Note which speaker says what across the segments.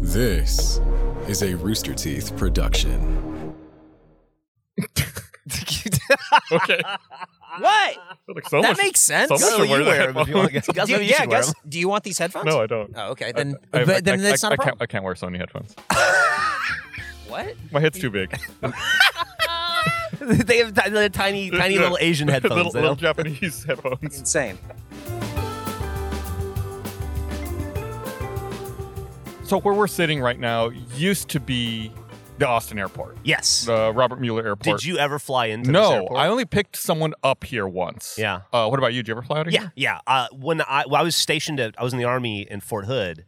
Speaker 1: This is a Rooster Teeth production.
Speaker 2: okay.
Speaker 3: What?
Speaker 2: Like, someone
Speaker 3: that
Speaker 2: should-
Speaker 3: makes sense.
Speaker 2: someone
Speaker 3: Go,
Speaker 2: should
Speaker 3: you wear
Speaker 2: that
Speaker 4: 'em if you
Speaker 2: one.
Speaker 4: want, guys.
Speaker 3: Do-
Speaker 4: That's what you
Speaker 3: yeah,
Speaker 4: should wear
Speaker 3: guys, do you want these headphones?
Speaker 2: No, I don't.
Speaker 3: Oh, okay. Then,
Speaker 2: I- I-
Speaker 3: but then
Speaker 2: I-
Speaker 3: that's
Speaker 2: I-
Speaker 3: not a
Speaker 2: I can't,
Speaker 3: problem.
Speaker 2: I can't wear Sony headphones.
Speaker 3: What?
Speaker 2: My head's too big.
Speaker 4: they have ti- little tiny, tiny little Asian headphones.
Speaker 2: little,
Speaker 4: they
Speaker 2: little
Speaker 4: don't-
Speaker 2: Japanese headphones.
Speaker 3: Insane.
Speaker 2: So where we're sitting right now used to be the Austin Airport,
Speaker 4: yes.
Speaker 2: the Robert Mueller Airport.
Speaker 4: Did you ever fly into this
Speaker 2: No,
Speaker 4: airport?
Speaker 2: I only picked someone up here once.
Speaker 4: Yeah.
Speaker 2: Uh, what about you? Did you ever fly out of
Speaker 4: Yeah,
Speaker 2: here?
Speaker 4: yeah. Uh, when I well, I was stationed at, I was in the army in Fort Hood,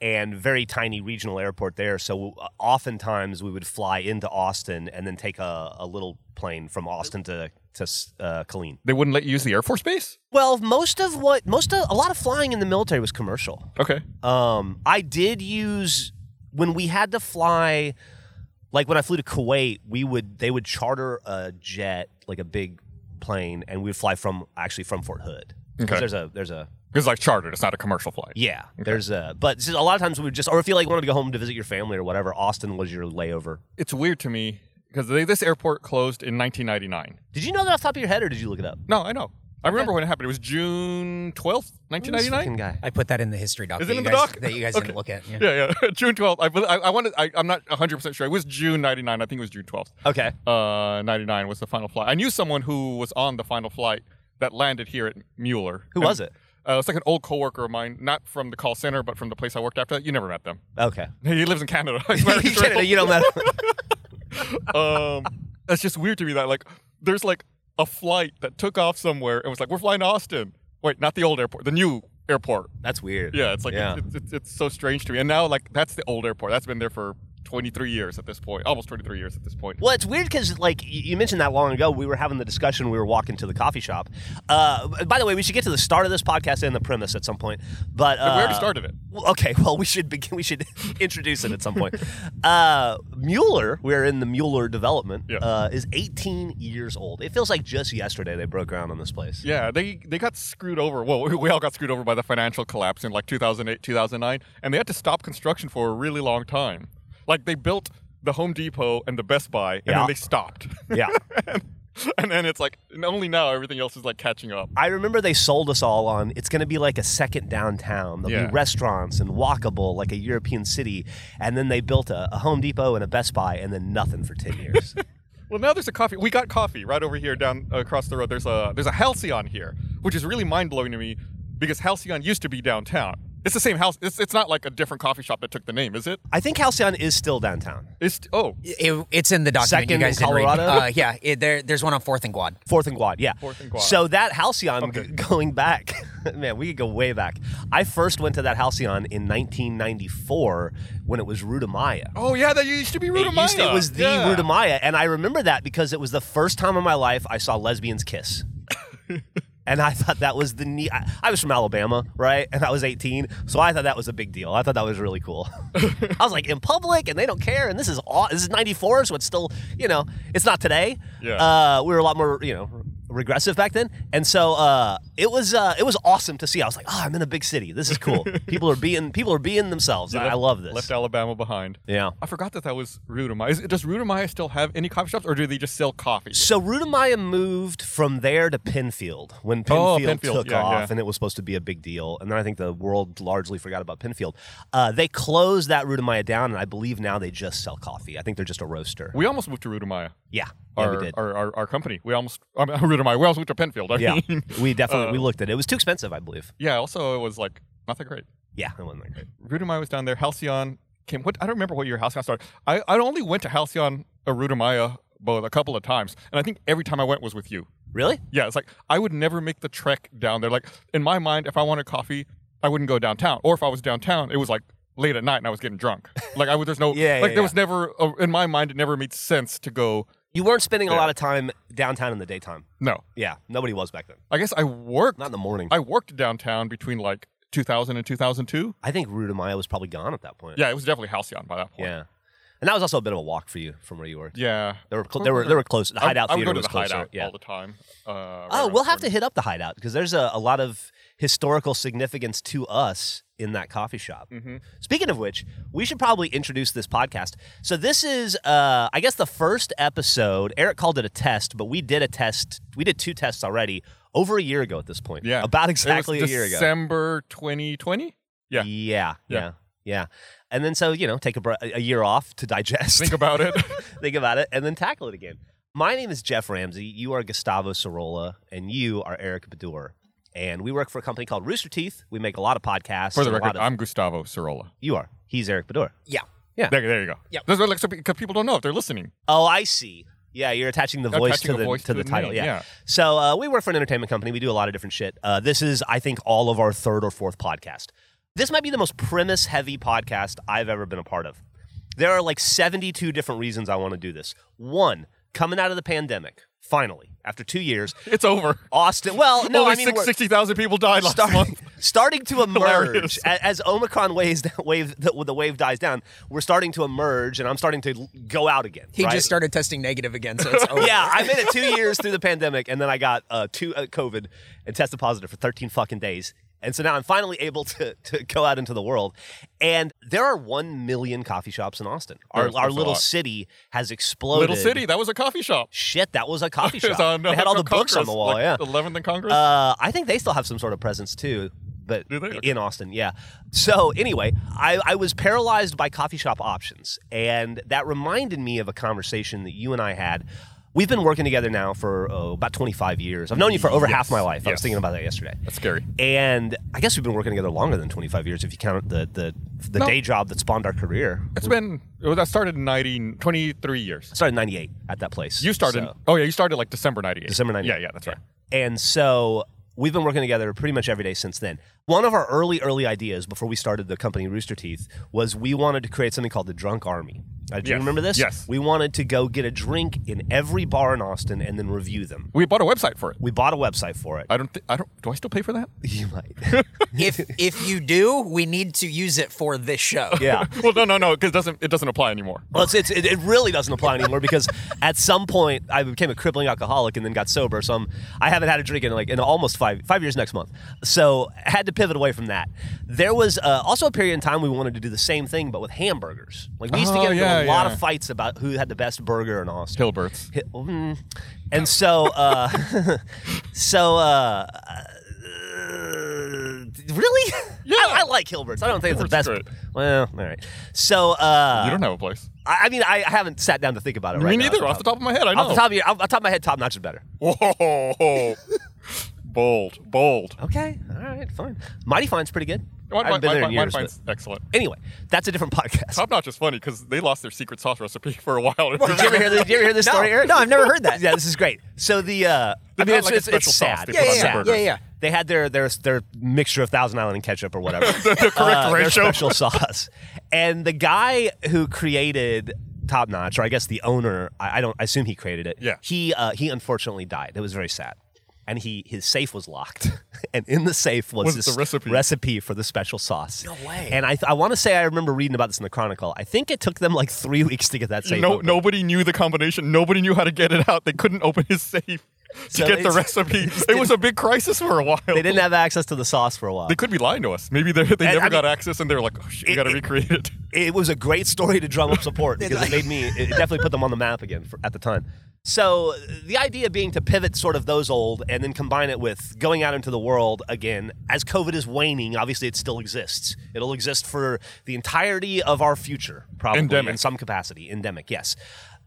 Speaker 4: and very tiny regional airport there. So uh, oftentimes we would fly into Austin and then take a, a little plane from Austin to to uh, Killeen.
Speaker 2: They wouldn't let you use the Air Force Base.
Speaker 4: Well, most of what most of a lot of flying in the military was commercial.
Speaker 2: Okay.
Speaker 4: Um, I did use when we had to fly, like when I flew to Kuwait, we would they would charter a jet, like a big plane, and we would fly from actually from Fort Hood. 'Cause
Speaker 2: Okay.
Speaker 4: There's a there's a
Speaker 2: It's like chartered. It's not a commercial flight.
Speaker 4: yeah, there's a but just a lot of times we would just or if you like wanted to go home to visit your family or whatever, Austin was your layover.
Speaker 2: It's weird to me because this airport closed in 1999.
Speaker 4: Did you know that off the top of your head or did you look it up?
Speaker 2: No, I know. I remember when it happened. It was June 12th,
Speaker 4: This
Speaker 2: 1999.
Speaker 4: fucking guy.
Speaker 3: I put that in the history doc.
Speaker 2: Is
Speaker 3: that
Speaker 2: it in
Speaker 3: you
Speaker 2: the
Speaker 3: guys-
Speaker 2: doc?
Speaker 3: That you guys
Speaker 2: Okay.
Speaker 3: didn't look at. Yeah.
Speaker 2: Yeah, yeah. June 12th. I, bel- I, I wanted. I, I'm not 100 percent sure. It was June 99. I think it was June 12th.
Speaker 4: Okay.
Speaker 2: Uh, 99 was the final flight. I knew someone who was on the final flight that landed here at Mueller.
Speaker 4: Who
Speaker 2: And,
Speaker 4: was it?
Speaker 2: Uh, it's like an old coworker of mine, not from the call center, but from the place I worked after that. You never met them.
Speaker 4: Okay.
Speaker 2: He lives in Canada.
Speaker 4: you kidding, you don't matter.
Speaker 2: um, that's just weird to me that like there's like a flight that took off somewhere and was like we're flying to Austin. Wait, not the old airport, the new airport.
Speaker 4: That's weird.
Speaker 2: Yeah, it's like
Speaker 4: Yeah.
Speaker 2: It's, it's, it's so strange to me. And now like that's the old airport. That's been there for 23 years at this point, almost 23 years at this point.
Speaker 4: Well, it's weird because, like, y- you mentioned that long ago. We were having the discussion. We were walking to the coffee shop. Uh, by the way, we should get to the start of this podcast and the premise at some point. But uh,
Speaker 2: we already started it.
Speaker 4: Well, Okay, well, we should begin. We should introduce it at some point. Uh, Mueller, we're in the Mueller development,
Speaker 2: Yeah.
Speaker 4: uh, is 18 years old. It feels like just yesterday they broke ground on this place.
Speaker 2: Yeah, they they got screwed over. Well, we all got screwed over by the financial collapse in like 2008, 2009, and they had to stop construction for a really long time. Like they built the Home Depot and the Best Buy, and
Speaker 4: Yeah.
Speaker 2: then they stopped.
Speaker 4: Yeah.
Speaker 2: and then it's like and only now everything else is like catching up.
Speaker 4: I remember they sold us all on it's going to be like a second downtown. There'll
Speaker 2: Yeah.
Speaker 4: be restaurants and walkable, like a European city. And then they built a, a Home Depot and a Best Buy, and then nothing for 10 years.
Speaker 2: Well, now there's a coffee. We got coffee right over here down across the road. There's a there's a Halcyon here, which is really mind blowing to me because Halcyon used to be downtown. It's the same house. It's, it's not like a different coffee shop that took the name, is it?
Speaker 4: I think Halcyon is still downtown.
Speaker 2: It's oh
Speaker 3: It- it's in the document.
Speaker 4: Second
Speaker 3: you guys didn't read.
Speaker 4: Colorado?
Speaker 3: Uh, yeah. It, there, there's one on Fourth and Quad.
Speaker 4: Fourth and Quad, yeah.
Speaker 2: Fourth and Quad.
Speaker 4: So that Halcyon g- going back, man, we could go way back. I first went to that Halcyon in 1994 when it was Rutamaya.
Speaker 2: oh yeah, that used to be
Speaker 4: It,
Speaker 2: Rutamaya.
Speaker 4: used to- it was the
Speaker 2: yeah.
Speaker 4: Rutamaya, and I remember that because it was the first time in my life I saw lesbians kiss. And I thought that was the neat. I, I was from Alabama, right? And I was 18, so I thought that was a big deal. I thought that was really cool. I was like in public, and they don't care. And this is aw- this is 94, so it's still you know it's not today.
Speaker 2: Yeah.
Speaker 4: Uh, we were a lot more you know regressive back then, and so uh, it was uh, it was awesome to see. I was like, oh, I'm in a big city. This is cool. people are being people are being themselves.
Speaker 2: You
Speaker 4: I, I
Speaker 2: left-
Speaker 4: love this.
Speaker 2: Left Alabama behind.
Speaker 4: yeah.
Speaker 2: I forgot that that was Rutamaya. Is, does Rutamaya still have any coffee shops, or do they just sell coffee?
Speaker 4: So Rutamaya moved from there to Pinfield when
Speaker 2: Oh,
Speaker 4: Pinfield,
Speaker 2: Pinfield.
Speaker 4: took
Speaker 2: Yeah,
Speaker 4: off,
Speaker 2: yeah.
Speaker 4: and it was supposed to be a big deal. And then I think the world largely forgot about Pinfield. Uh, they closed that Rutamaya down, and I believe now they just sell coffee. I think they're just a roaster.
Speaker 2: We almost moved to Rutamaya.
Speaker 4: yeah, yeah,
Speaker 2: Our,
Speaker 4: we did.
Speaker 2: our, our our company. We almost I mean, Rutamaya. We almost moved to Penfield. I
Speaker 4: yeah,
Speaker 2: mean.
Speaker 4: we definitely
Speaker 2: Uh,
Speaker 4: we looked at it. It was too expensive, I believe.
Speaker 2: yeah. Also, it was like not that great.
Speaker 4: Yeah, it wasn't that great.
Speaker 2: Rutamaya was down there. Halcyon came. What I don't remember what year Halcyon started. I, I only went to Halcyon or Rutamaya both a couple of times, and I think every time I went was with you.
Speaker 4: Really?
Speaker 2: Yeah, it's like I would never make the trek down there. Like in my mind, if I wanted coffee, I wouldn't go downtown, or if I was downtown, it was like late at night and I was getting drunk. Like I would, there's no,
Speaker 4: Yeah, yeah,
Speaker 2: like there
Speaker 4: yeah.
Speaker 2: was never a, in my mind, it never made sense to go.
Speaker 4: You weren't spending a lot of time downtown in the daytime.
Speaker 2: No,
Speaker 4: Yeah, nobody was back then.
Speaker 2: I guess I worked.
Speaker 4: Not in the morning.
Speaker 2: I worked downtown between like 2000 and 2002.
Speaker 4: I think Rutamaya was probably gone at that point.
Speaker 2: Yeah, it was definitely Halcyon by that point.
Speaker 4: yeah, and that was also a bit of a walk for you from where you were.
Speaker 2: Yeah,
Speaker 4: They were cl- they were they were close. The
Speaker 2: I-
Speaker 4: hideout
Speaker 2: I, would
Speaker 4: theater
Speaker 2: go to
Speaker 4: was
Speaker 2: the
Speaker 4: closer.
Speaker 2: hideout
Speaker 4: yeah.
Speaker 2: all the time. Uh, right
Speaker 4: oh,
Speaker 2: around
Speaker 4: we'll
Speaker 2: the
Speaker 4: have
Speaker 2: corner.
Speaker 4: to hit up the hideout because there's a, a lot of historical significance to us in that coffee shop.
Speaker 2: Mm-hmm.
Speaker 4: Speaking of which, we should probably introduce this podcast. So this is, uh, I guess, the first episode. Eric called it a test, but we did a test. We did two tests already over a year ago at this point.
Speaker 2: Yeah.
Speaker 4: about
Speaker 2: It was
Speaker 4: exactly a year ago.
Speaker 2: December 2020? Yeah.
Speaker 4: Yeah,
Speaker 2: Yeah.
Speaker 4: yeah, yeah, And then so you know, take a, br- a year off to digest,
Speaker 2: Think about it.
Speaker 4: think about it, and then tackle it again. My name is Jeff Ramsey. You are Gustavo Sorolla, and you are Eric Bedour. And we work for a company called Rooster Teeth. We make a lot of podcasts.
Speaker 2: For the
Speaker 4: and a lot
Speaker 2: record,
Speaker 4: of-
Speaker 2: I'm Gustavo Cirola.
Speaker 4: you are. He's Eric Bedour.
Speaker 3: Yeah.
Speaker 2: There, there you go.
Speaker 3: Yep.
Speaker 2: That's what, like, so, because people don't know if they're listening.
Speaker 4: Oh, I see. Yeah, you're attaching the voice
Speaker 2: Attaching
Speaker 4: to
Speaker 2: a
Speaker 4: the
Speaker 2: voice
Speaker 4: to
Speaker 2: to
Speaker 4: the
Speaker 2: the
Speaker 4: title.
Speaker 2: name,
Speaker 4: yeah.
Speaker 2: yeah.
Speaker 4: So uh, we work for an entertainment company. We do a lot of different shit. Uh, this is, I think, all of our third or fourth podcast. This might be the most premise heavy podcast I've ever been a part of. There are like 72 different reasons I want to do this. One, coming out of the pandemic, finally, after two years,
Speaker 2: It's over.
Speaker 4: Austin. Well, no,
Speaker 2: Only
Speaker 4: I mean,
Speaker 2: six-
Speaker 4: we're-
Speaker 2: 60,000 people died last
Speaker 4: starting,
Speaker 2: month.
Speaker 4: starting to emerge
Speaker 2: Hilarious.
Speaker 4: a- as Omicron waves wave the, the wave dies down. We're starting to emerge, and I'm starting to l- go out again.
Speaker 3: He
Speaker 4: right?
Speaker 3: just started testing negative again, so it's
Speaker 2: Oh,
Speaker 3: over.
Speaker 4: Yeah, I made it two years through the pandemic, and then I got uh, two uh, COVID and tested positive for 13 fucking days. And so now I'm finally able to, to go out into the world. And there are 1 million coffee shops in Austin. Our,
Speaker 2: There's-
Speaker 4: our
Speaker 2: there's a
Speaker 4: little
Speaker 2: lot.
Speaker 4: city has exploded.
Speaker 2: Little City, that was a coffee shop.
Speaker 4: Shit, that was a coffee
Speaker 2: It was
Speaker 4: shop.
Speaker 2: on,
Speaker 4: they had all the books on
Speaker 2: Congress,
Speaker 4: the wall,
Speaker 2: like
Speaker 4: yeah.
Speaker 2: 11th and Congress?
Speaker 4: Uh, I think they still have some sort of presence too, but
Speaker 2: Do they? Okay.
Speaker 4: in Austin, yeah. So anyway, I, I was paralyzed by coffee shop options, and that reminded me of a conversation that you and I had. We've been working together now for oh, about 25 years. I've known you for over half my life. I was
Speaker 2: Yes.
Speaker 4: thinking about that yesterday.
Speaker 2: That's scary.
Speaker 4: And I guess we've been working together longer than 25 years if you count the the, the
Speaker 2: No.
Speaker 4: day job that spawned our career.
Speaker 2: It's been, well, that started in 90, 23
Speaker 4: I
Speaker 2: years.
Speaker 4: started in 98 at that place.
Speaker 2: You started,
Speaker 4: so-
Speaker 2: oh yeah, you started like December 98.
Speaker 4: December 98.
Speaker 2: Yeah, yeah, that's right.
Speaker 4: And so we've been working together pretty much every day since then. One of our early, early ideas before we started the company Rooster Teeth was we wanted to create something called the Drunk Army. Uh, do you
Speaker 2: Yes.
Speaker 4: remember this?
Speaker 2: Yes.
Speaker 4: We wanted to go get a drink in every bar in Austin and then review them.
Speaker 2: We bought a website for it.
Speaker 4: We bought a website for it.
Speaker 2: I don't, thi- I don't, do I still pay for that?
Speaker 4: you might.
Speaker 3: If if you do, we need to use it for this show.
Speaker 4: yeah.
Speaker 2: well, no, no, no, because it doesn't, it doesn't apply anymore.
Speaker 4: Well, it's, it's, it, it really doesn't apply anymore because at some point I became a crippling alcoholic and then got sober. So I'm, I haven't had a drink in like in almost five five years next month. So I had to pivot away from that. There was uh, also a period in time we wanted to do the same thing but with hamburgers. Like we used to
Speaker 2: Oh,
Speaker 4: get into a
Speaker 2: yeah,
Speaker 4: lot
Speaker 2: yeah.
Speaker 4: of fights about who had the best burger in Austin.
Speaker 2: Hilberts.
Speaker 4: Hi- mm. And so, uh, so uh, uh, really,
Speaker 2: Yeah.
Speaker 4: I, I like Hilberts. I don't think it's
Speaker 2: Hilbert's
Speaker 4: the best.
Speaker 2: great.
Speaker 4: Well, all right. So uh,
Speaker 2: you don't have a place.
Speaker 4: I, I mean, I, I haven't sat down to think about it.
Speaker 2: Me
Speaker 4: right
Speaker 2: neither,
Speaker 4: Now.
Speaker 2: off the top of my head, I know.
Speaker 4: Off the top of your, off the top of my head, top notch is better.
Speaker 2: Whoa. bold, bold.
Speaker 4: Okay, all right, fine. Mighty Fine's pretty good.
Speaker 2: Mine-
Speaker 4: I haven't been
Speaker 2: mine-
Speaker 4: there in
Speaker 2: mine- mine
Speaker 4: years.
Speaker 2: finds
Speaker 4: but-
Speaker 2: excellent.
Speaker 4: Anyway, that's a different podcast.
Speaker 2: Top Notch is funny because they lost their secret sauce recipe for a while.
Speaker 4: Did you ever hear, the, did you ever hear this
Speaker 3: No,
Speaker 4: story, Eric?
Speaker 3: no, I've never heard that.
Speaker 4: yeah, this is great. So the, uh, I
Speaker 2: They've
Speaker 4: mean,
Speaker 2: got
Speaker 4: it's,
Speaker 2: like a
Speaker 4: it's, it's
Speaker 2: special sauce
Speaker 4: sad.
Speaker 2: they
Speaker 3: put Yeah, on yeah,
Speaker 4: It's
Speaker 3: their
Speaker 4: sad.
Speaker 3: burgers. yeah, yeah.
Speaker 4: They had their their their mixture of Thousand Island and ketchup or whatever. the
Speaker 2: correct ratio.
Speaker 4: special sauce. And the guy who created Top Notch, or I guess the owner, I, I don't I assume he created it.
Speaker 2: Yeah.
Speaker 4: He uh, he unfortunately died. It was very sad. And he his safe was locked, and in the safe was,
Speaker 2: Was
Speaker 4: this
Speaker 2: the recipe.
Speaker 4: recipe for the special sauce. No
Speaker 3: way.
Speaker 4: And I, th- I want to say I remember reading about this in the Chronicle. I think it took them like three weeks to get that safe.
Speaker 2: no,
Speaker 4: open.
Speaker 2: nobody knew the combination. Nobody knew how to get it out. They couldn't open his safe to
Speaker 4: So
Speaker 2: get the
Speaker 4: it's-
Speaker 2: recipe. It was a big crisis for a while.
Speaker 4: They didn't have access to the sauce for a while.
Speaker 2: They could be lying to us. Maybe they, they
Speaker 4: I
Speaker 2: never
Speaker 4: mean-
Speaker 2: got access and they were like, oh, shit, we
Speaker 4: It-
Speaker 2: got to
Speaker 4: it-
Speaker 2: recreate it.
Speaker 4: it was a great story to drum up support because it made me it definitely put them on the map again for, at the time so the idea being to pivot sort of those old and then combine it with going out into the world again as covid is waning obviously it still exists it'll exist for the entirety of our future probably in
Speaker 2: Endemic.
Speaker 4: some capacity endemic yes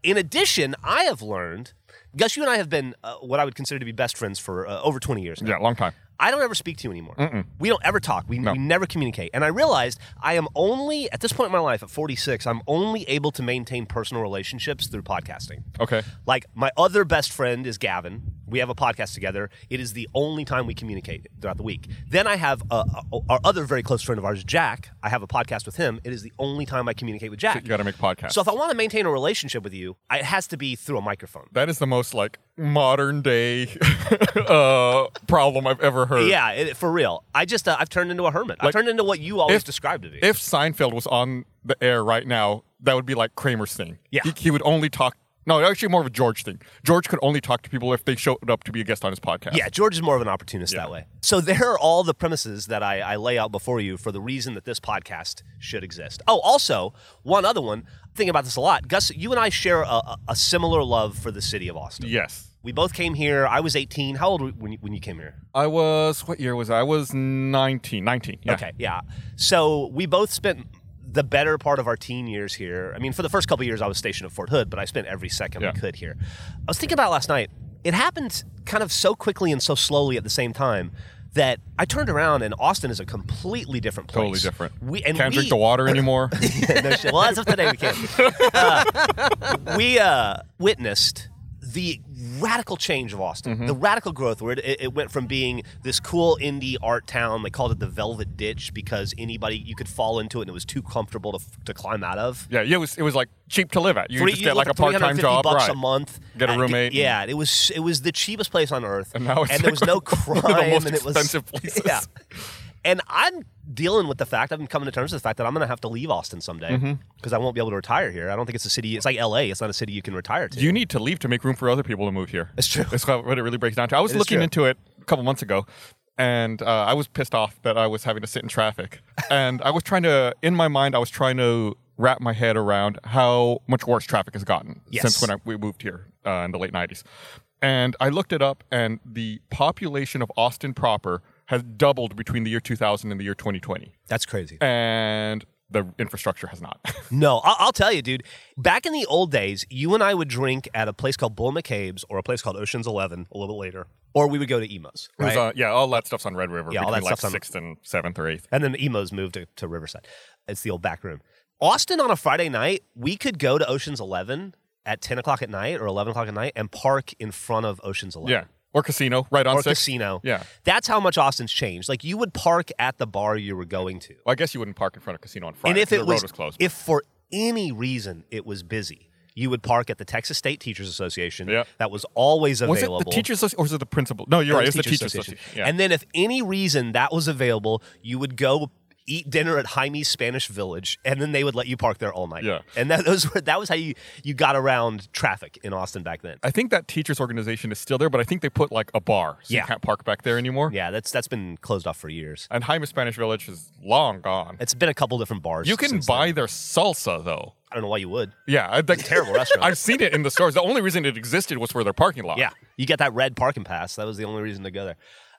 Speaker 4: in addition i have learned gus you and i have been uh, what i would consider to be best friends for uh, over 20 years now
Speaker 2: Yeah, long time.
Speaker 4: I don't ever speak to you anymore. We don't ever talk. We, we never communicate. And I realized I am only, at this point in my life, at 46, I'm only able to maintain personal relationships through podcasting.
Speaker 2: Okay.
Speaker 4: Like, my other best friend is Gavin. We have a podcast together. It is the only time we communicate throughout the week. Then I have uh, uh, our other very close friend of ours, Jack. I have a podcast with him. It is the only time I communicate with Jack.
Speaker 2: You got to make podcasts.
Speaker 4: so if I want to maintain a relationship with you, I- it has to be through a microphone.
Speaker 2: that is the most like modern day uh, problem I've ever heard.
Speaker 4: Yeah, it, for real. I just uh, I've turned into a hermit. I've
Speaker 2: Like,
Speaker 4: turned into what you always
Speaker 2: if-
Speaker 4: described to me.
Speaker 2: If Seinfeld was on the air right now, that would be like Kramer's thing.
Speaker 4: Yeah.
Speaker 2: He, he would only talk No, actually, more of a George thing. George could only talk to people if they showed up to be a guest on his podcast.
Speaker 4: Yeah, George is more of an opportunist that way. So there are all the premises that I, I lay out before you for the reason that this podcast should exist. Oh, also one other one. I think about this a lot. Gus, you and I share a, a, a similar love for the city of Austin.
Speaker 2: Yes.
Speaker 4: We both came here. I was 18. How old were you when you, when you came here?
Speaker 2: I was, what year was I? I was 19. 19. Yeah.
Speaker 4: Okay, yeah. So we both spent the better part of our teen years here. I mean, for the first couple of years, I was stationed at Fort Hood, but I spent every second
Speaker 2: Yeah.
Speaker 4: I could here. I was thinking about it last night. It happened kind of so quickly and so slowly at the same time that I turned around and Austin is a completely different place.
Speaker 2: Totally different.
Speaker 4: We and
Speaker 2: Can't
Speaker 4: we-
Speaker 2: drink the water anymore.
Speaker 4: no shit. Well, as of today, we can. Uh, we uh, witnessed the radical change of Austin, the radical growth where it, it went from being this cool indie art town. They called it the Velvet Ditch because anybody you could fall into it and it was too comfortable to, f- to climb out of.
Speaker 2: yeah, yeah, it was, it was like cheap to live at. You could
Speaker 4: Three-
Speaker 2: just
Speaker 4: you
Speaker 2: get like a
Speaker 4: look at
Speaker 2: part time
Speaker 4: 350
Speaker 2: job.
Speaker 4: bucks
Speaker 2: right.
Speaker 4: a month.
Speaker 2: Get a
Speaker 4: Uh,
Speaker 2: roommate.
Speaker 4: yeah, it was it was the cheapest place on earth,
Speaker 2: And now it's
Speaker 4: there
Speaker 2: like
Speaker 4: was no
Speaker 2: one
Speaker 4: crime.
Speaker 2: of the most
Speaker 4: and it was-
Speaker 2: expensive places.
Speaker 4: Yeah. And I'm dealing with the fact I've been coming to terms with the fact that I'm going to have to leave Austin someday
Speaker 2: Mm-hmm.
Speaker 4: because I won't be able to retire here. I don't think it's a city. It's like L.A. It's not a city you can retire to.
Speaker 2: You need to leave to make room for other people to move here.
Speaker 4: It's true.
Speaker 2: That's how- what it really breaks down to. I was
Speaker 4: It is
Speaker 2: looking
Speaker 4: true.
Speaker 2: into it a couple months ago, and uh, I was pissed off that I was having to sit in traffic. and I was trying to, in my mind, I was trying to wrap my head around how much worse traffic has gotten since
Speaker 4: Yes.
Speaker 2: when I, we moved here uh, in the late '90s. And I looked it up, and the population of Austin proper has doubled between the year 2000 and the year 2020,
Speaker 4: That's crazy.
Speaker 2: Eh. and the infrastructure has not.
Speaker 4: No, I'll, I'll tell you, dude. Back in the old days, you and I would drink at a place called Bull McCabe's or a place called Ocean's Eleven a little bit later, or we would go to Emos.
Speaker 2: It
Speaker 4: Right?
Speaker 2: was, uh, yeah, all that stuff's on Red River
Speaker 4: Yeah, all
Speaker 2: between
Speaker 4: that
Speaker 2: like
Speaker 4: stuff's on-
Speaker 2: sixth and seventh or eighth.
Speaker 4: And then the emos moved to, to Riverside. It's the old back room. Austin on a Friday night, we could go to Ocean's Eleven at ten o'clock at night or eleven o'clock at night and park in front of Ocean's Eleven.
Speaker 2: Yeah. Or casino, right on
Speaker 4: Or
Speaker 2: six.
Speaker 4: casino.
Speaker 2: Yeah.
Speaker 4: That's how much Austin's changed. Like you would park at the bar you were going to.
Speaker 2: Well, I guess you wouldn't park in front of casino on Friday.
Speaker 4: and if
Speaker 2: 'cause
Speaker 4: it
Speaker 2: the
Speaker 4: was,
Speaker 2: road was closed.
Speaker 4: if for any reason it was busy, you would park at the Texas State Teachers Association.
Speaker 2: Yeah.
Speaker 4: That was always
Speaker 2: was it
Speaker 4: available.
Speaker 2: the teachers associ- or was it the principal? No, you're right. Oh, It's
Speaker 4: That
Speaker 2: the
Speaker 4: was
Speaker 2: teachers
Speaker 4: association.
Speaker 2: association. Yeah.
Speaker 4: And then if any reason that was available, you would go eat dinner at Jaime's Spanish Village, and then they would let you park there all night.
Speaker 2: Yeah.
Speaker 4: And that those were that was how you you got around traffic in Austin back then.
Speaker 2: I think that teachers organization is still there, but I think they put like a bar, so
Speaker 4: Yeah.
Speaker 2: you can't park back there anymore.
Speaker 4: Yeah, that's that's been closed off for years.
Speaker 2: And Jaime Spanish Village is long gone.
Speaker 4: It's been a couple different bars.
Speaker 2: you can
Speaker 4: since
Speaker 2: buy
Speaker 4: then.
Speaker 2: their salsa though.
Speaker 4: I don't know why you would.
Speaker 2: Yeah, I, like,
Speaker 4: Terrible restaurant.
Speaker 2: I've seen it in the stores. The only reason it existed was for their parking lot.
Speaker 4: Yeah, you get that red parking pass. That was the only reason to go there.